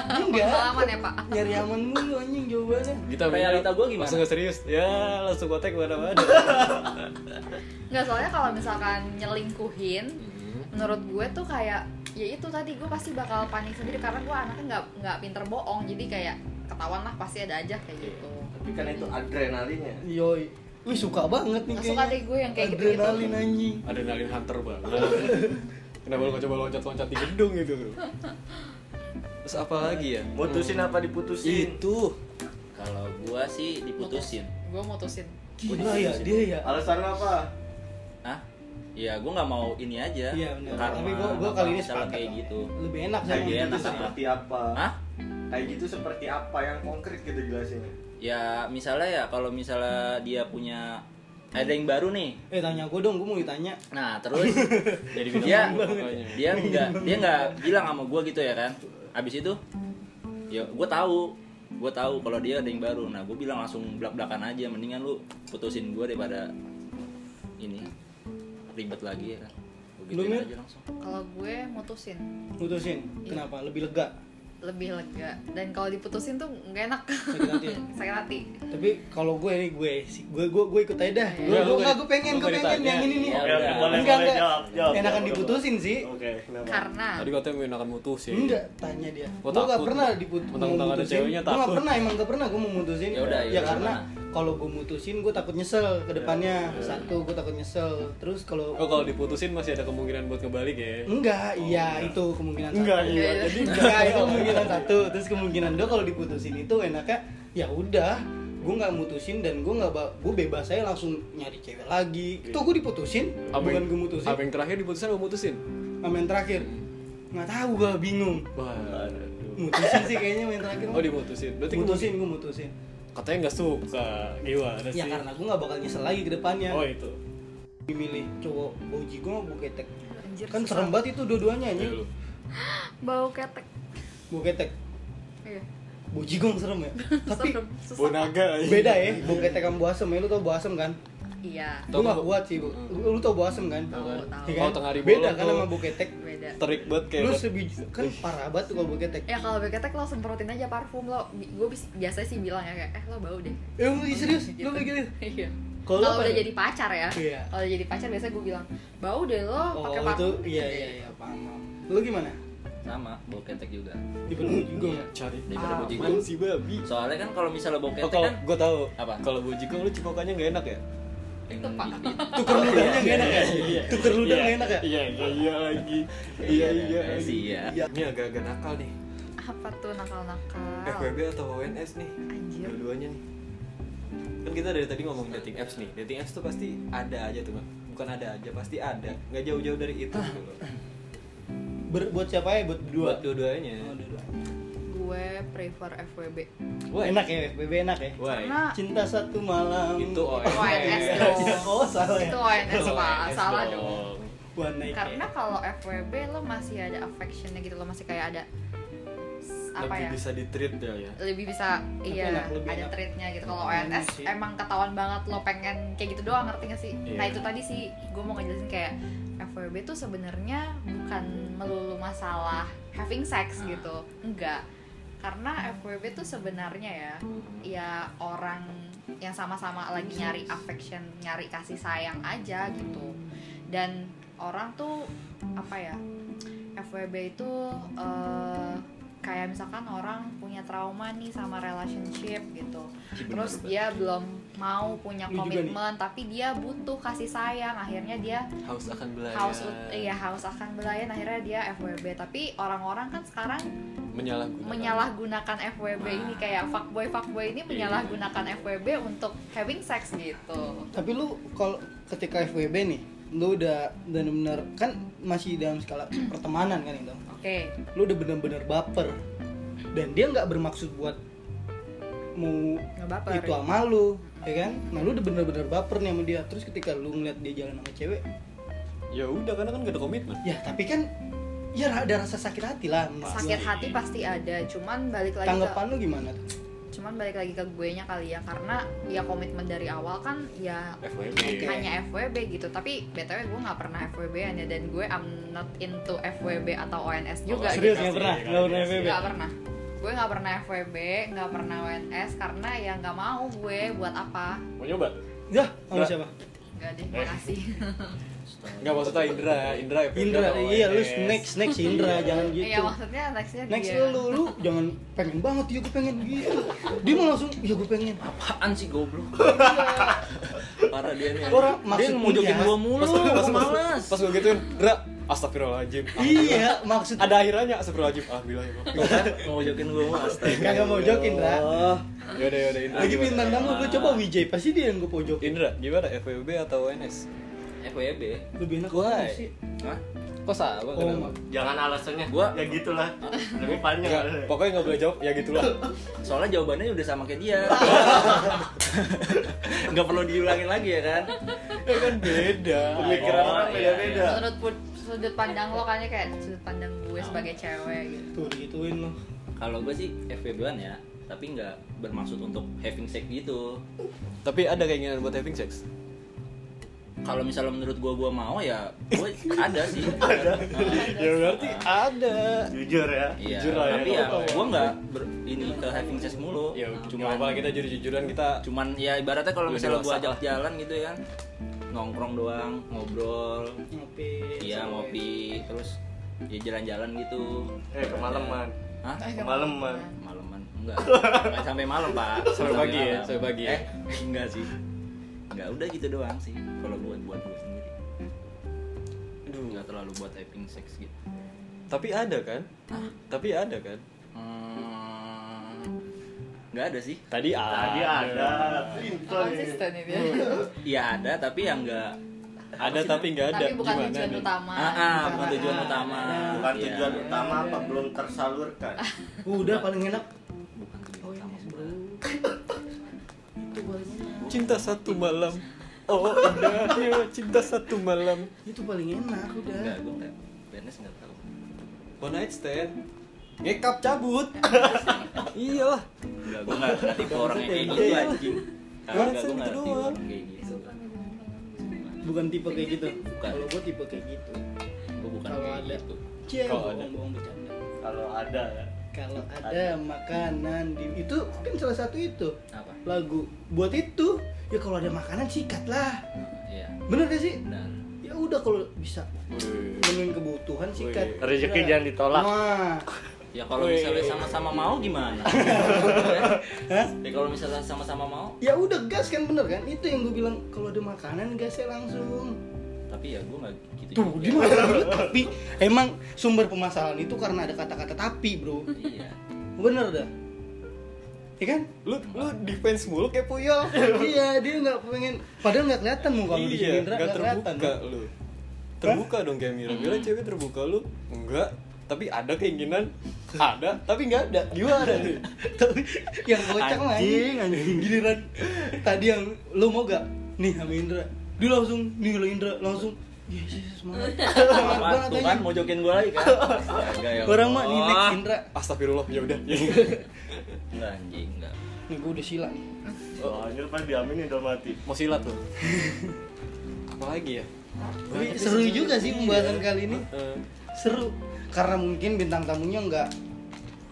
C: enggak
D: pengalaman ya pak
C: nyari aman mulu anjing jawabannya
A: kita
B: Realita
A: Mira,
B: gua gimana?
A: langsung nggak serius ya langsung kontak mana-mana
D: nggak soalnya kalau misalkan nyelingkuhin menurut gue tuh kayak ya itu tadi gue pasti bakal panik sendiri karena gue anaknya nggak nggak pinter bohong jadi kayak ketahuan lah pasti ada
C: Iya.
D: aja kayak gitu
G: tapi kan itu adrenalinnya
C: yoi wih suka banget nih
D: Nggak
C: kayaknya
D: suka deh gue yang kayak gitu-gitu.
C: adrenalin anjing
A: adrenalin hunter banget kenapa lu gak coba loncat-loncat di gedung gitu tuh terus apa lagi ya
G: mutusin apa diputusin
A: itu
B: Kalau gue sih diputusin.
D: gue mutusin
C: gila ya dia ya
G: alasan apa
B: Hah? Ya gue nggak mau ini aja.
C: Iya, bener.
B: Karma,
C: Tapi gua- gua kali
B: apa,
C: ini
B: misalnya
C: sepakat
B: kayak
C: lah.
B: gitu.
C: lebih enak sama
G: kayak
B: Lebih
C: yang
B: enak,
G: gitu
C: gitu sih.
B: ya.
G: seperti apa
B: Hah?
G: kayak gitu seperti apa yang konkret gitu jelasinnya
B: Ya misalnya ya kalau misalnya dia punya ada yang baru nih.
C: eh tanya gue dong gue mau ditanya
B: Nah terus
A: jadi
B: Iya.
A: bintang tamu pokoknya.
B: dia nggak dia nggak bilang sama gue gitu ya kan. Abis itu ya gue tahu gue tahu kalau dia ada yang baru. Nah gue bilang langsung belak belakan aja. Mendingan lu putusin gue daripada ini ribet lagi ya kan. Gua
C: Lu,
B: gituin
C: Mir?
B: aja langsung.
D: kalau gue mutusin Iya.
C: mutusin kenapa lebih lega
D: lebih lega dan kalau diputusin tuh nggak enak
C: sakit hati ya?
D: sakit hati
C: tapi kalau gue nih gue sih gue gue gue ikut aja dah gue
A: Iya,
C: gue
A: lu
C: nggak
A: kan-
C: gue pengen
A: lu
C: gue
A: kan
C: pengen
A: ditanya.
C: yang ini nih
B: Iya,
G: Oke, oke,
B: udah.
G: boleh,
C: Enggak,
G: boleh,
C: enggak.
G: jawab, jawab.
C: enakan
G: jawab,
C: diputusin sih
G: jawab. Oke, kenapa?
D: karena
A: tadi katanya menggunakan mutusin
C: Enggak, tanya dia.
A: Gua
C: Gua gak
A: Oh, takut.
C: pernah diputusin.
A: Mentang-mentang ada ceweknya
C: Gua
A: takut.
C: gak pernah, emang gak pernah gua mau mutusin.
B: Ya udah, ya
C: ya
B: udah,
C: karena
B: gimana?
C: kalau gua mutusin gua takut nyesel ke depannya. Satu gua takut nyesel. Terus kalau
A: Ya oh kalau diputusin masih ada kemungkinan buat ngebalik ya
C: enggak, iya itu kemungkinan
A: Enggak,
C: satu.
A: iya.
C: Jadi enggak itu kemungkinan satu. Terus kemungkinan dua kalau diputusin itu enaknya ya udah gua nggak mutusin dan gua nggak ba- gua bebas saya langsung nyari cewek lagi itu gua diputusin bukan gua mutusin
A: Iya. apa yang terakhir diputusin apa mutusin
C: sama yang terakhir nggak tahu gua bingung
A: wah
C: mutusin sih kayaknya main terakhir
A: oh diputusin berarti
C: mutusin gue mutusin Iya
A: katanya nggak suka gimana sih
C: ya karena gue nggak bakal nyesel lagi ke depannya
A: oh itu
C: milih cowok bau jigo sama bau ketek
D: Anjir,
C: kan
D: susah.
C: serem banget itu dua-duanya
A: Ayo
C: nih
A: lu.
D: Bau ketek.
C: bau ketek
D: Iya.
C: bau jigo serem ya tapi
D: Serem, susah.
A: Bonaga
C: beda ya bau ketek sama bau asem ya lu tau bau asem kan
D: Iya.
A: Tau
C: Lu gak
A: gua.
C: kuat sih, Bu. Lu, lu tau bau asem kan?
D: Tahu, tahu.
C: Iya
A: Kalau tengah hari
C: Beda
A: bolong
C: kan
A: tuh.
C: sama bau ketek.
D: Beda.
A: Terik banget kayak
C: Lu sebiji kan parah banget tuh kalau bau ketek.
D: Ya kalau bau ketek lo semprotin aja parfum lo. Gue biasanya sih bilang ya kayak eh lo bau deh.
C: Eh, lu serius? Lu kayak gitu.
D: Iya.
C: Kalau
D: Kalau
C: lu apa
D: udah
C: ya?
D: jadi pacar ya.
C: Iya.
D: Kalau udah jadi pacar biasanya gue bilang bau deh lo
C: Oh,
D: pakai
C: itu
D: parfum.
C: iya iya iya paham. Lu gimana?
B: sama bau ketek juga
C: Tipe lu juga.
A: cari
B: daripada bau jigo
A: Mana si babi?
B: soalnya kan kalau misalnya bau
A: Oh,
B: ketek
A: kalau
B: kan
A: gue tahu.
B: Apa?
A: Kalau bau jigong lu cipokannya nggak enak ya?
B: Itu
D: Pak.
C: Tuker ludahnya gak enak ya? Tuker ludah gak enak ya?
A: Iya, iya, iya lagi. Iya, iya.
B: Iya,
A: lagi.
B: iya.
A: Ini agak-agak nakal nih.
D: Apa tuh nakal-nakal?
A: FWB atau WNS nih?
D: Anjir.
A: Dua-duanya nih. Kan kita dari tadi ngomong dating apps nih. Dating apps tuh pasti ada aja tuh, Bang. Bukan ada aja, pasti ada. Nggak jauh-jauh dari itu. gitu loh.
C: Ber- buat siapa ya? Buat berdua.
A: Buat dua-duanya.
C: Oh, dua-dua.
D: Gue prefer FWB.
A: Wah,
C: Enak ya, FBB enak ya?
A: Wah,
D: Karena
C: Cinta satu malam.
A: itu oh, iya. ONS.
D: ONS dong.
C: Oh, salah ya.
D: Itu ONS pak, salah dong.
C: Buat naik.
D: karena kalau FWB lo masih ada affectionnya gitu lo masih kayak ada s- apa
A: Lebih
D: ya
A: bisa di-treat ya ya.
D: lebih bisa iya
C: enak, lebih
D: ada
C: enak.
D: treatnya gitu kalau
C: Hmm,
D: ONS
C: sih.
D: emang ketahuan banget lo pengen kayak gitu doang ngerti gak sih
A: Iya.
D: nah itu tadi sih gue mau ngejelasin kayak FWB tuh sebenarnya bukan melulu masalah having sex
C: Hmm.
D: gitu enggak karena FWB tuh sebenarnya ya ya orang yang sama-sama lagi nyari affection nyari kasih sayang aja gitu dan orang tuh apa ya FWB itu eh, kayak misalkan orang punya trauma nih sama relationship gitu terus dia belum mau punya
C: Ini juga
D: komitmen tapi dia butuh kasih sayang akhirnya dia
A: Haus akan belajar.
D: haus ut- iya haus akan belayan akhirnya dia FWB tapi orang-orang kan sekarang
A: Menyalahgunakan.
D: menyalahgunakan FWB ini kayak fuckboy fuckboy ini menyalahgunakan FWB untuk having sex gitu
C: Tapi lu kalau ketika FWB nih, lu udah bener-bener kan masih dalam skala pertemanan kan itu.
D: oke
C: Lu udah bener-bener baper. Dan dia nggak bermaksud buat mau
D: nggak baper
C: itu sama lu, ya kan? Nah, lu udah bener-bener baper nih sama dia. Terus ketika lu ngeliat dia jalan sama cewek,
A: Ya udah karena kan gak ada komitmen.
C: ya tapi kan ya ada rasa sakit hati lah. menurut
D: sakit
C: gua.
D: hati pasti ada cuman balik lagi ke
C: Tanggapan lu gimana?
D: cuman balik lagi ke gue nya kali ya karena ya komitmen dari awal kan ya
A: FWB.
D: hanya FWB gitu tapi btw gue nggak pernah FWB an ya dan gue I'm not into FWB atau ONS juga
C: Oh, serius nggak
D: gitu
C: pernah? Nggak pernah FWB?
D: nggak pernah gue nggak pernah FWB nggak pernah ONS karena ya nggak mau gue buat apa
A: Mau nyoba?
C: Yah, sama
A: Nggak.
C: siapa?
D: nggak deh makasih
A: Enggak maksudnya Indra, Indra FWB
C: Indra,
A: atau
C: iya lu
A: ONS?
C: next next Indra, jangan gitu.
D: iya maksudnya nextnya
C: Next
D: dia
C: lu, lu jangan pengen banget ya gue pengen gitu. Dia mau langsung ya gue pengen.
B: apaan sih goblok parah dia nih
C: Orang
B: dia
C: maksud
B: mau jokin
C: dia-
B: gua mulu
A: Pas,
B: gua
A: pas, pas,
B: males
A: pas gue gituin, Indra, astagfirullahaladzim.
C: Iya, maksud
A: Ada akhirannya, astagfirullahaladzim. Ah, bilang ya.
B: Gua kan mau jokin gua mulu astaga
C: kagak mau jokin
A: Oh.
C: lah.
A: Yaudah, yaudah, Indra.
C: Lagi
A: gimana?
C: bintang tamu gue coba Wijay, pasti dia yang gue pojok.
A: Indra, gimana? FWB atau ONS?
B: FWB
C: Lebih enak
A: Why?
C: Iya sih.
B: Hah?
A: Kok salah?
C: Oh,
A: kenapa?
G: Jangan alasannya.
B: Gua-
G: ya gitulah. Lebih panjang.
A: Enggak, pokoknya nggak boleh jawab, ya gitulah.
B: soalnya jawabannya udah sama kayak dia nggak perlu diulangin lagi ya kan
A: ya kan beda.
G: Pemikiran
B: Oh,
G: orang
A: ya?
B: iya,
G: beda-beda.
D: menurut put- sudut pandang lo kayaknya kayak sudut pandang gue sebagai cewek gitu
C: tuh digituin loh.
B: kalau gua sih FWB-an ya tapi nggak bermaksud untuk having sex gitu
A: Tapi ada keinginan buat having sex?
B: kalau misalnya menurut gua gua mau ya gua ada sih ada
A: ya berarti ada.
G: Jujur ya.
B: Iya,
A: Jujur lah ya,
B: tapi ya,
A: nggak apa-apa ya.
B: gua nggak ber- ini ke having sex mulu. Nah,
A: Ya, cuma
B: cuman
A: apa kita jujur-jujuran kita
B: cuman ya ibaratnya kalau
A: Lebih
B: misalnya gua
A: dewasa
B: ajak
A: lah.
B: jalan gitu ya kan nongkrong doang, ngobrol,
C: Ngopi.
B: iya ngopi, terus ya jalan-jalan gitu.
G: Eh, kemalaman.
B: Hah?
G: iya, Kemalaman.
B: Malaman? Enggak. Enggak sampai malam, Pak.
A: Sampai pagi ya,
B: malam.
A: sampai pagi ya.
B: Eh, enggak sih. Enggak, udah gitu doang sih kalau buat buat gua sendiri. Aduh, enggak terlalu buat having sex gitu.
A: Tapi ada kan? Tapi ada kan?
B: Hmm, Enggak ada sih.
A: Tadi ada.
G: Tadi ada. Pintar ini.
D: konsisten ini dia
B: Iya ada tapi yang enggak
A: Ada tapi nggak ada.
D: tapi bukan
A: Gimana
D: tujuan
A: nih?
D: utama
B: ah, ah, bukan tujuan utama.
G: Bukan
B: Iya.
G: tujuan utama apa belum tersalurkan.
C: Udah paling enak
B: Bukan tujuan utama.
A: Cinta satu malam Oh, ayo cinta satu malam.
C: itu paling enak udah
B: Enggak, gue enggak. Benes enggak tahu.
A: One night stand. Ngekap cabut.
D: Iya.
A: Iya Iyalah.
B: Enggak, gue enggak enggak tipe orang yang kayak gitu anjing. Kagak,
A: Barusan
B: gue enggak
A: itu
B: tipe
A: doang.
B: orang kayak gitu.
C: bukan tipe kayak gitu
B: Bukan.
C: kalau gue tipe kayak gitu
B: Gue bukan
C: Kalau
B: kayak
C: ada.
B: gitu.
C: cie
A: Kalau ada.
C: bohong-bohong bercanda
G: kalau ada ya
C: kalau ada makanan di itu kan salah satu itu
B: Apa?
C: lagu buat itu ya kalau ada makanan sikat lah
B: Iya.
C: bener gak sih
B: Benar.
C: ya udah kalau bisa memenuhi kebutuhan sikat Iya. Nah,
A: Wih.
H: Rezeki
C: Udah.
H: jangan ditolak.
C: Wah,
B: Ya kalau
A: Wih.
B: misalnya sama-sama mau gimana? ya kalau misalnya sama-sama mau,
C: ya udah gas kan bener kan itu yang gue bilang kalau ada makanan gasnya langsung
B: tapi ya gue enggak gitu.
C: tuh
B: juga.
C: di mana dulu tapi emang sumber permasalahan itu karena ada kata-kata tapi bro
B: Iya.
C: bener dah ya kan
A: Lu lu defense mulu kayak puyol.
C: iya dia nggak pengen padahal nggak kelihatan muka lu di sini
A: iya,
C: Indra
A: nggak
C: nggak kelihatan Hmm.
A: terbuka lu. Terbuka dong kayak Mira. Bila cewek terbuka lu, enggak. Tapi ada keinginan, ada, tapi nggak ada. Gimana nih?
C: tapi yang kocak mah
A: Anjing,
C: anjing giliran tadi yang lu mau gak nih sama Indra dia langsung nih lo Indra langsung yes yes semangat semangat
B: Apa
C: banget
B: tuh kan
C: anjing
B: mau jokin gue lagi kan? Enggak ya.
C: orang mah
B: Allah.
C: nih next Indra
A: Astagfirullah, ya udah.
B: Enggak anjing, enggak.
A: kan.
C: nih gue udah sila nih
G: oh anjir pas diaminin udah mati
A: Mau silat lu. Apalagi ya?
C: Tapi seru juga sih pembahasan kali ini
A: Eh,
C: seru karena mungkin bintang tamunya nggak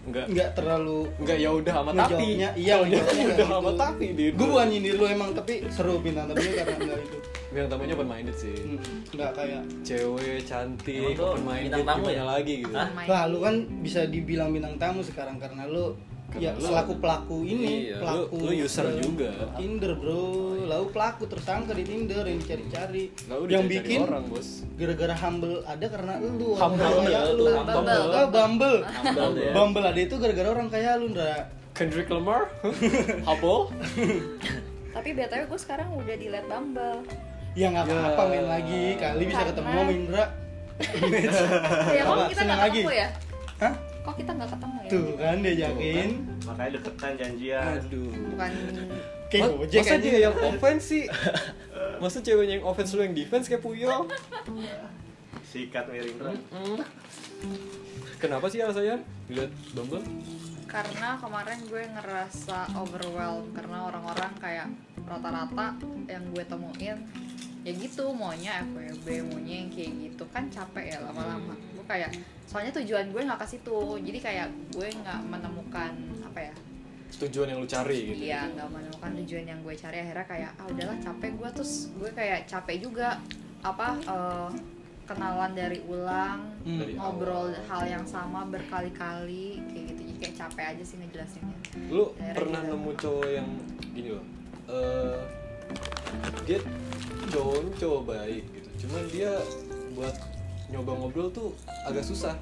A: Enggak.
C: nggak terlalu
A: Enggak ya udah sama tapi.
C: ngejawabnya iya
A: udah
C: ngejawabnya
A: udah sama tapi dia.
C: gue bukan nyindir lu emang tapi seru bintang tamunya karena nggak itu
A: bilang tamunya open minded sih.
C: Hmm, nggak kayak
A: Cewek
B: Emang
A: cantik,
B: tuh
A: open minded
B: bintang tamu
A: gimana
B: ya?
A: lagi gitu.
B: Hah?
D: Main.
C: Lah lu kan bisa dibilang bintang tamu sekarang karena lu
A: Karena lu-
C: ya selaku pelaku ini,
A: Iya, lu-
C: pelaku
A: lu user
C: eh,
A: juga.
C: Tinder, Bro. Lalu pelaku tersangka di Tinder yang dicari-cari.
A: Lah, udah
C: yang
A: cari-cari
C: bikin
A: orang, Bos.
C: gara-gara humble ada karena lu orang
A: Humble, ya,
C: kaya
A: humble,
C: ya, lu.
A: humble.
C: Ah, Bumble.
B: Humble ya.
C: Bumble ada itu gara-gara orang kaya lu, Ndra.
A: Kendrick Lamar, Hubble,
I: Tapi BTW gue sekarang udah di led Bumble.
C: Ya nggak
A: Ya.
C: apa-apa main lagi, kali
I: Karena-
C: bisa ketemu sama Indra.
I: ya
C: Apa,
I: kok kita
C: senang
I: nggak
C: lagi?
I: ketemu ya?
C: Hah?
I: Kok kita nggak ketemu ya?
C: Tuh kan diajakin.
G: makanya deketan janjian
A: Aduh.
D: bukan
C: Kayak
A: Ma-
C: Gojek
A: masa
C: aja.
A: dia yang offense sih? masa ceweknya yang offense lu yang defense kayak puyol?
G: sikat miring
A: Hmm. Kenapa sih alasannya? Lihat Bumble?
D: karena kemarin gue ngerasa overwhelmed karena orang-orang kayak rata-rata yang gue temuin ya gitu maunya FWB maunya yang kayak gitu kan capek ya lama-lama gue kayak soalnya tujuan gue nggak ke situ jadi kayak gue nggak menemukan apa ya
A: Tujuan yang lu cari gitu.
D: iya nggak menemukan tujuan yang gue cari akhirnya kayak ah udahlah capek gue terus gue kayak capek juga apa eh, kenalan dari ulang
C: Hmm.
A: Dari
D: ngobrol hal yang sama berkali-kali kayak gitu jadi kayak capek aja sih ngejelasinnya
A: Lu
D: Daerah
A: pernah
D: gitu.
A: nemu cowok yang gini loh. Eh dia cowok cowok baik gitu. Cuman dia buat nyoba ngobrol tuh agak susah.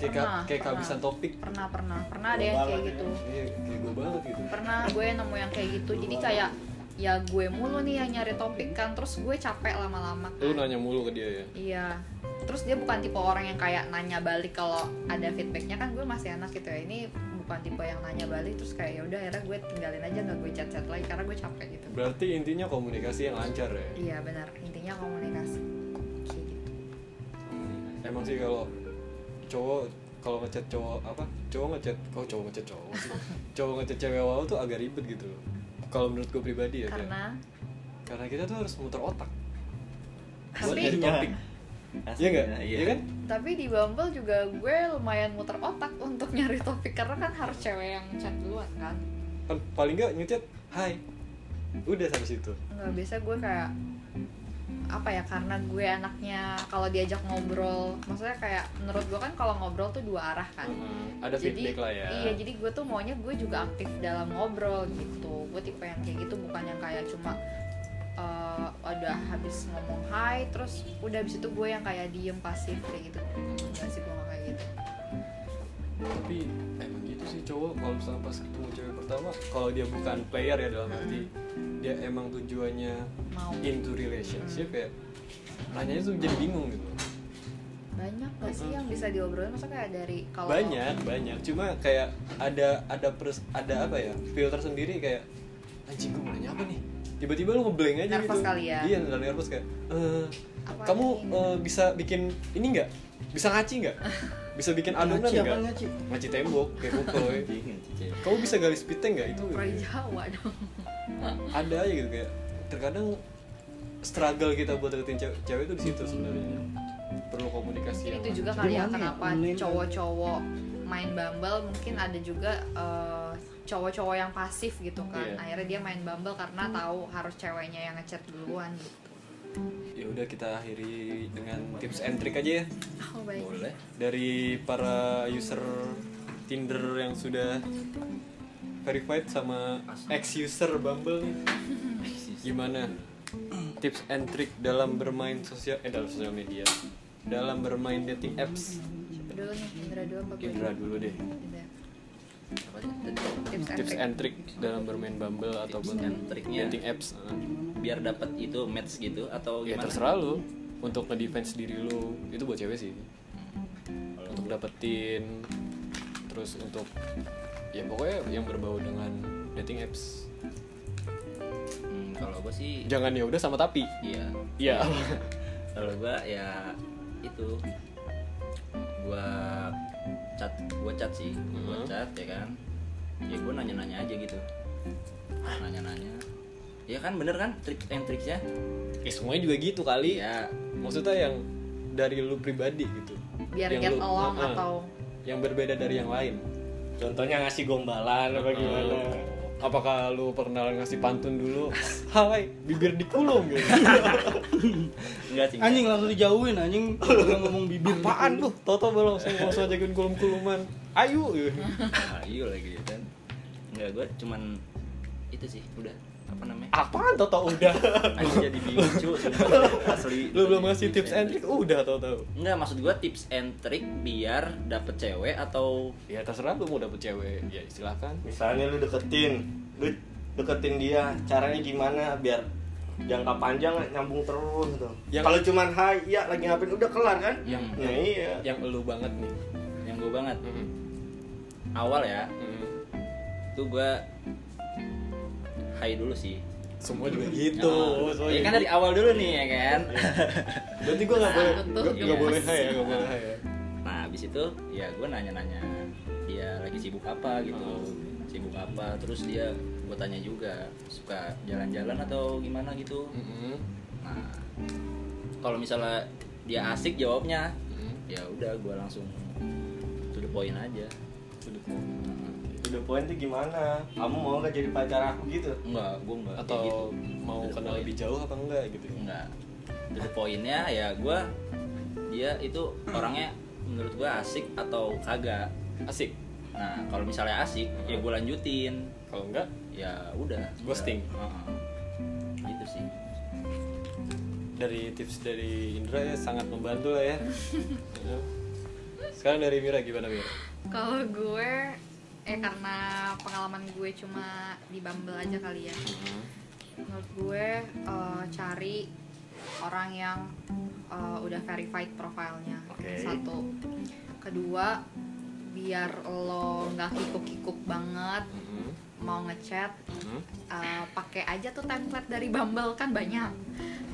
A: Kayak ka-
D: Pernah,
A: kayak
D: pernah.
A: kehabisan topik.
D: pernah pernah pernah ada yang kayak gitu
A: Iya, kayak gue banget gitu.
D: pernah gue nemu yang kayak gitu jadi kayak ya gue mulu nih yang nyari topik kan terus gue capek lama-lama
A: Lu
D: kan.
A: nanya mulu ke dia ya.
D: Iya. Terus dia bukan tipe orang yang kayak nanya balik kalau ada feedbacknya kan gue masih anak gitu ya. Ini bukan tipe yang nanya balik terus kayak ya udah akhirnya gue tinggalin aja nggak gue chat chat lagi karena gue capek gitu.
A: Berarti intinya komunikasi yang lancar ya.
D: Iya benar intinya komunikasi. Kayak gitu.
A: Emang sih kalau cowok kalau ngechat cowok apa? Cowok ngechat kalau cowok ngechat cowok sih. cowok ngechat cewek awal tuh agak ribet gitu loh. Kalau menurut gue pribadi ya. Tia.
D: Karena
A: karena kita tuh harus muter otak. Buat
D: Tapi-
A: nyari topik. Iya enggak? Iya kan?
D: tapi di Bumble juga gue lumayan muter otak untuk nyari topik karena kan harus cewek yang chat duluan kan.
A: Kan paling enggak ngechat hai. Udah sampai situ.
D: nggak biasa gue kayak apa ya karena gue anaknya kalau diajak ngobrol maksudnya kayak menurut gue kan kalau ngobrol tuh dua arah kan
A: Hmm, Ada feedback lah ya.
D: iya jadi gue tuh maunya gue juga aktif dalam ngobrol gitu gue tipe yang kayak gitu bukan yang kayak cuma eh, udah habis ngomong hai terus udah habis itu gue yang kayak diem pasif kayak gitu enggak sih gue nggak kayak gitu
A: Tapi emang gitu sih cowok kalau misalnya pas ketemu cewek pertama, kalau dia bukan player ya dalam arti dia emang tujuannya
D: Hmm. mau
A: into relationship ya. Nanyanya tuh jadi bingung gitu.
D: banyak gak sih yang bisa diobrolin maksudnya kayak dari kalau
A: banyak banyak cuma kayak ada ada pers ada apa ya filter sendiri kayak anjing gue mau nanya apa nih ya tiba-tiba lu ngeblank aja
D: Nervous
A: gitu
D: kali ya.
A: iya nggak nervous kayak "Eh,
D: Apa
A: kamu
D: ini?"
A: eh, bisa bikin ini nggak bisa ngaci nggak bisa bikin adonan
C: Ngaci,
A: nggak
C: apaan ngaci?
A: ngaci tembok kayak kukoy kamu bisa garis piteng nggak itu ya. iya.
D: Prai Jawa dong.
A: ada aja gitu kayak terkadang struggle kita buat deketin cewek, cewek itu di situ sebenarnya perlu komunikasi
D: Mungkin
A: yang
D: itu juga
A: lanjut.
D: kali ya
C: Gimana ya?
D: kenapa
C: Online.
D: cowok-cowok main Bumble mungkin ada juga eh, cowok-cowok yang pasif gitu kan.
A: Iya.
D: Akhirnya dia main Bumble karena tahu harus ceweknya yang ngechat duluan gitu.
A: ya udah kita akhiri dengan tips and trick aja ya
D: Oh, baik.
B: boleh
A: dari para user Tinder yang sudah verified sama ex user Bumble nih gimana tips and trick dalam bermain sosial eh dalam sosial media dalam bermain dating apps
D: Dulu nih Indra dulu apa gue?
A: Indra dulu deh
D: Indra.
B: apa aja Tadi.
D: Tips and
A: tips
D: trick.
A: and trick dalam bermain Bumble ataupun
B: and tricknya.
A: dating apps Nah,
B: biar dapat itu match gitu atau
A: ya
B: gimana
A: terserah lu untuk ngedefense diri lu itu buat cewek sih untuk dapetin terus untuk ya pokoknya yang berbau dengan dating apps
B: Hmm, kalau gue sih
A: jangan ya udah sama tapi
B: iya
A: iya
B: kalau gue ya itu gue chat gue chat sih gue
C: Hmm.
A: Mhm.
B: chat ya kan ya gue nanya nanya aja gitu
C: Ah.
B: nanya nanya ya kan bener kan trik and triknya
A: ya semuanya juga gitu kali
B: iya
A: maksudnya yang dari lu pribadi gitu
D: Biar
A: Yang
D: get
A: lu-
D: along
A: Nah,
D: atau
A: yang berbeda dari yang lain
C: Contohnya ngasih gombalan apa
B: Iya.
C: gimana?
A: apakah lu pernah ngasih pantun dulu hai bibir dikulung gitu
B: enggak sih
C: Anjing langsung dijauhin anjing Udah ngomong bibir. gitu.
A: apaan tuh toto belum langsung langsung ajakin kulum kuluman ayu
B: ayo lagi ya kan enggak gue cuman itu sih udah apa namanya
A: apaan toto udah
B: Anjing jadi bingung cuy sumpah. asli
A: lu belum ngasih tips and trick udah toto
B: Enggak, maksud gua tips and trick biar dapet cewek atau
A: ya terserah lu mau dapet cewek ya silakan
G: Misalnya lu deketin, lu deketin dia, caranya gimana biar jangka panjang nyambung terus gitu.
A: Yang-
G: Kalau cuman hai, iya lagi ngapain udah kelar kan?
B: Yang-
G: Nah, iya.
A: yang elu banget nih
B: yang gua banget.
A: Mm-hmm.
B: Awal ya, tuh gua hai dulu sih.
A: semua juga gitu Iya.
B: Nah,
A: semua
B: ya
A: juga
B: kan
A: gitu.
B: dari awal dulu nih ya kan.
A: berarti gua nggak boleh
D: Betul,
A: gua-
D: gemes.
A: nggak boleh hai ya nggak boleh hai ya
B: nah, habis itu ya gua nanya-nanya dia lagi sibuk apa gitu. Sibuk apa, terus dia gua tanya juga suka jalan-jalan atau gimana gitu.
A: Mm-mm.
B: Nah, kalau misalnya dia asik jawabnya,
A: Mm-mm.
B: ya udah gua langsung to the point aja.
A: To the point.
G: Udah poin tuh gimana? Kamu mau gak jadi pacar aku gitu?
B: Enggak, gua enggak kayak gitu.
A: atau mau
B: To the
A: kenal
B: point.
A: lebih jauh apa enggak gitu
B: enggak terus poinnya ya gue dia itu orangnya menurut gue asik atau kagak
A: asik
B: nah kalau misalnya asik ya gue lanjutin
A: kalau enggak
B: ya udah
A: Ghosting.
B: Heeh. gitu sih
A: dari tips dari Indra ya sangat membantu lah ya sekarang dari Mira gimana Mira
D: Kalau gue eh karena pengalaman gue cuma di Bumble aja kali ya. Menurut gue eh, cari orang yang eh, udah verified profilnya.
A: Oke.
D: Satu. Kedua, biar lo nggak kikuk-kikuk banget
A: Mhm.
D: mau ngechat
A: Mhm.
D: eh, pakai aja tuh template dari Bumble kan banyak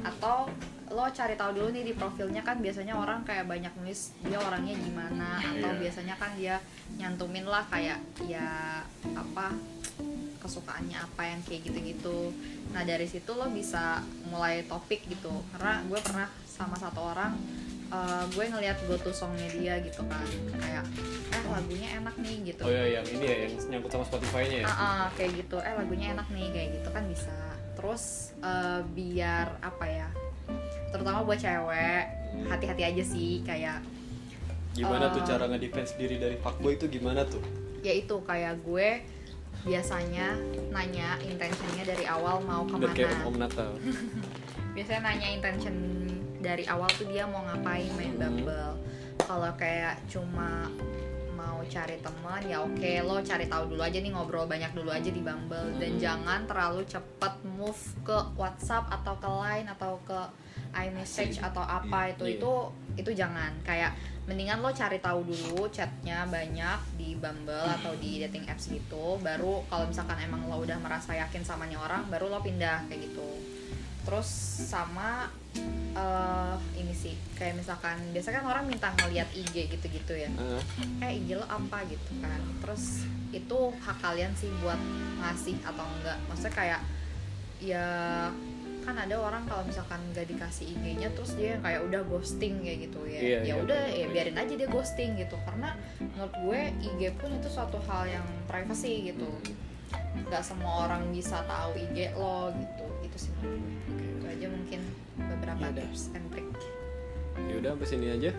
D: atau lo cari tahu dulu nih di profilnya kan biasanya orang kayak banyak nulis dia orangnya gimana atau biasanya kan dia nyantumin lah kayak ya apa kesukaannya apa yang kayak gitu-gitu nah dari situ lo bisa mulai topik gitu karena gue pernah sama satu orang eh, gue ngeliat go to songnya dia gitu kan kayak eh lagunya enak nih gitu
A: oh ya yang ini ya yang nyangkut sama Spotify-nya ya
D: Ah, ah, kayak gitu eh lagunya enak nih kayak gitu kan bisa terus eh, biar apa ya terutama buat cewek hati-hati aja sih kayak
A: gimana tuh
D: Eh.
A: cara ngedefense diri dari fuckboy itu gimana tuh
D: ya itu kayak gue biasanya nanya intentionnya dari awal mau
A: udah kayak om,
D: kemana
A: om Natal
D: biasanya nanya intention dari awal tuh dia mau ngapain main bumble kalau kayak cuma mau cari teman ya oke lo cari tahu dulu aja nih ngobrol banyak dulu aja di bumble dan jangan terlalu cepet move ke WhatsApp atau ke Line atau ke iMessage atau apa itu
B: Iya.
D: itu itu jangan kayak mendingan lo cari tahu dulu chatnya banyak di Bumble atau di dating apps gitu baru kalau misalkan emang lo udah merasa yakin sama nih orang baru lo pindah kayak gitu terus sama eh ini sih kayak misalkan biasanya kan orang minta ngeliat IG gitu-gitu ya
A: Ah,
D: kayak IG lo apa gitu kan terus itu hak kalian sih buat ngasih atau enggak maksudnya kayak ya kan ada orang kalau misalkan nggak dikasih IG-nya terus dia yang kayak udah ghosting kayak gitu ya
A: Iya,
D: ya
A: iya,
D: udah
A: benar,
D: ya
A: benar.
D: biarin aja dia ghosting gitu karena menurut gue IG pun itu suatu hal yang privacy
A: hmm.
D: gitu nggak semua orang bisa tahu IG lo gitu itu sih menurut gue itu aja mungkin beberapa
C: Yaudah.
D: tips and trick
A: ya udah sampai sini aja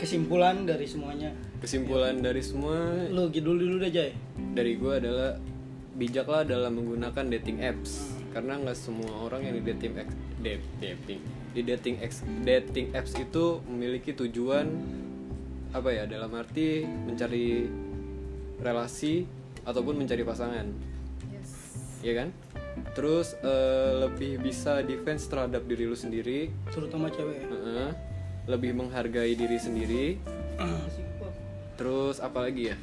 C: kesimpulan dari semuanya
A: kesimpulan
D: Iya.
A: dari semua
C: lu dulu dulu deh Jay
A: dari gue adalah bijaklah dalam menggunakan dating apps karena nggak semua orang yang di dating apps dat- dating di dating apps dating apps itu memiliki tujuan apa ya dalam arti mencari relasi ataupun mencari pasangan
D: yes
A: ya kan terus eh, lebih bisa defense terhadap diri lu sendiri
C: terutama cewek ya
A: Heeh. lebih menghargai diri sendiri terus apa lagi ya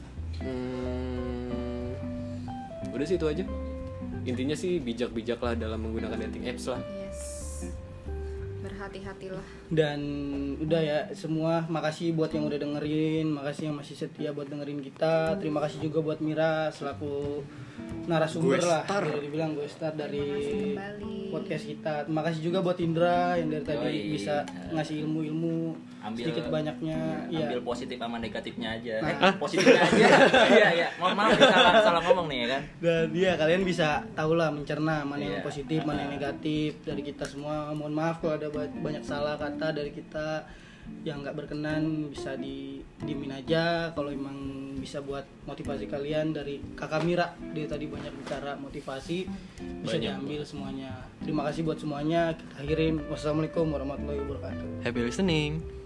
A: hmm, udah sih itu aja intinya sih bijak-bijaklah dalam menggunakan dating apps lah
D: yes berhati-hatilah
C: dan udah ya semua makasih buat yang udah dengerin makasih yang masih setia buat dengerin kita terima kasih juga buat Mira selaku narasumber
A: Gue
C: lah
A: star.
C: Udah dibilang gue start dari
D: Terima kasih kembali.
C: podcast kita terima kasih juga buat Indra yang dari tadi
B: Yoi.
C: bisa ngasih ilmu-ilmu
B: Ambil-
C: sedikit banyaknya ya
B: ambil positif sama negatifnya aja eh,
C: Nah.
B: positifnya aja iya iya mohon maaf nih, salah salah ngomong nih ya kan
C: dan dia kalian bisa tahulah mencerna mana yang
B: Iya.
C: positif mana yang negatif dari kita semua mohon maaf kalau ada ba- banyak salah kata dari kita yang nggak berkenan bisa di dimin aja kalau emang bisa buat motivasi kalian dari kakak Mira dia tadi banyak bicara motivasi bisa
A: Banyak.
C: diambil semuanya terima kasih buat semuanya kita akhirin wassalamualaikum warahmatullahi wabarakatuh
A: happy listening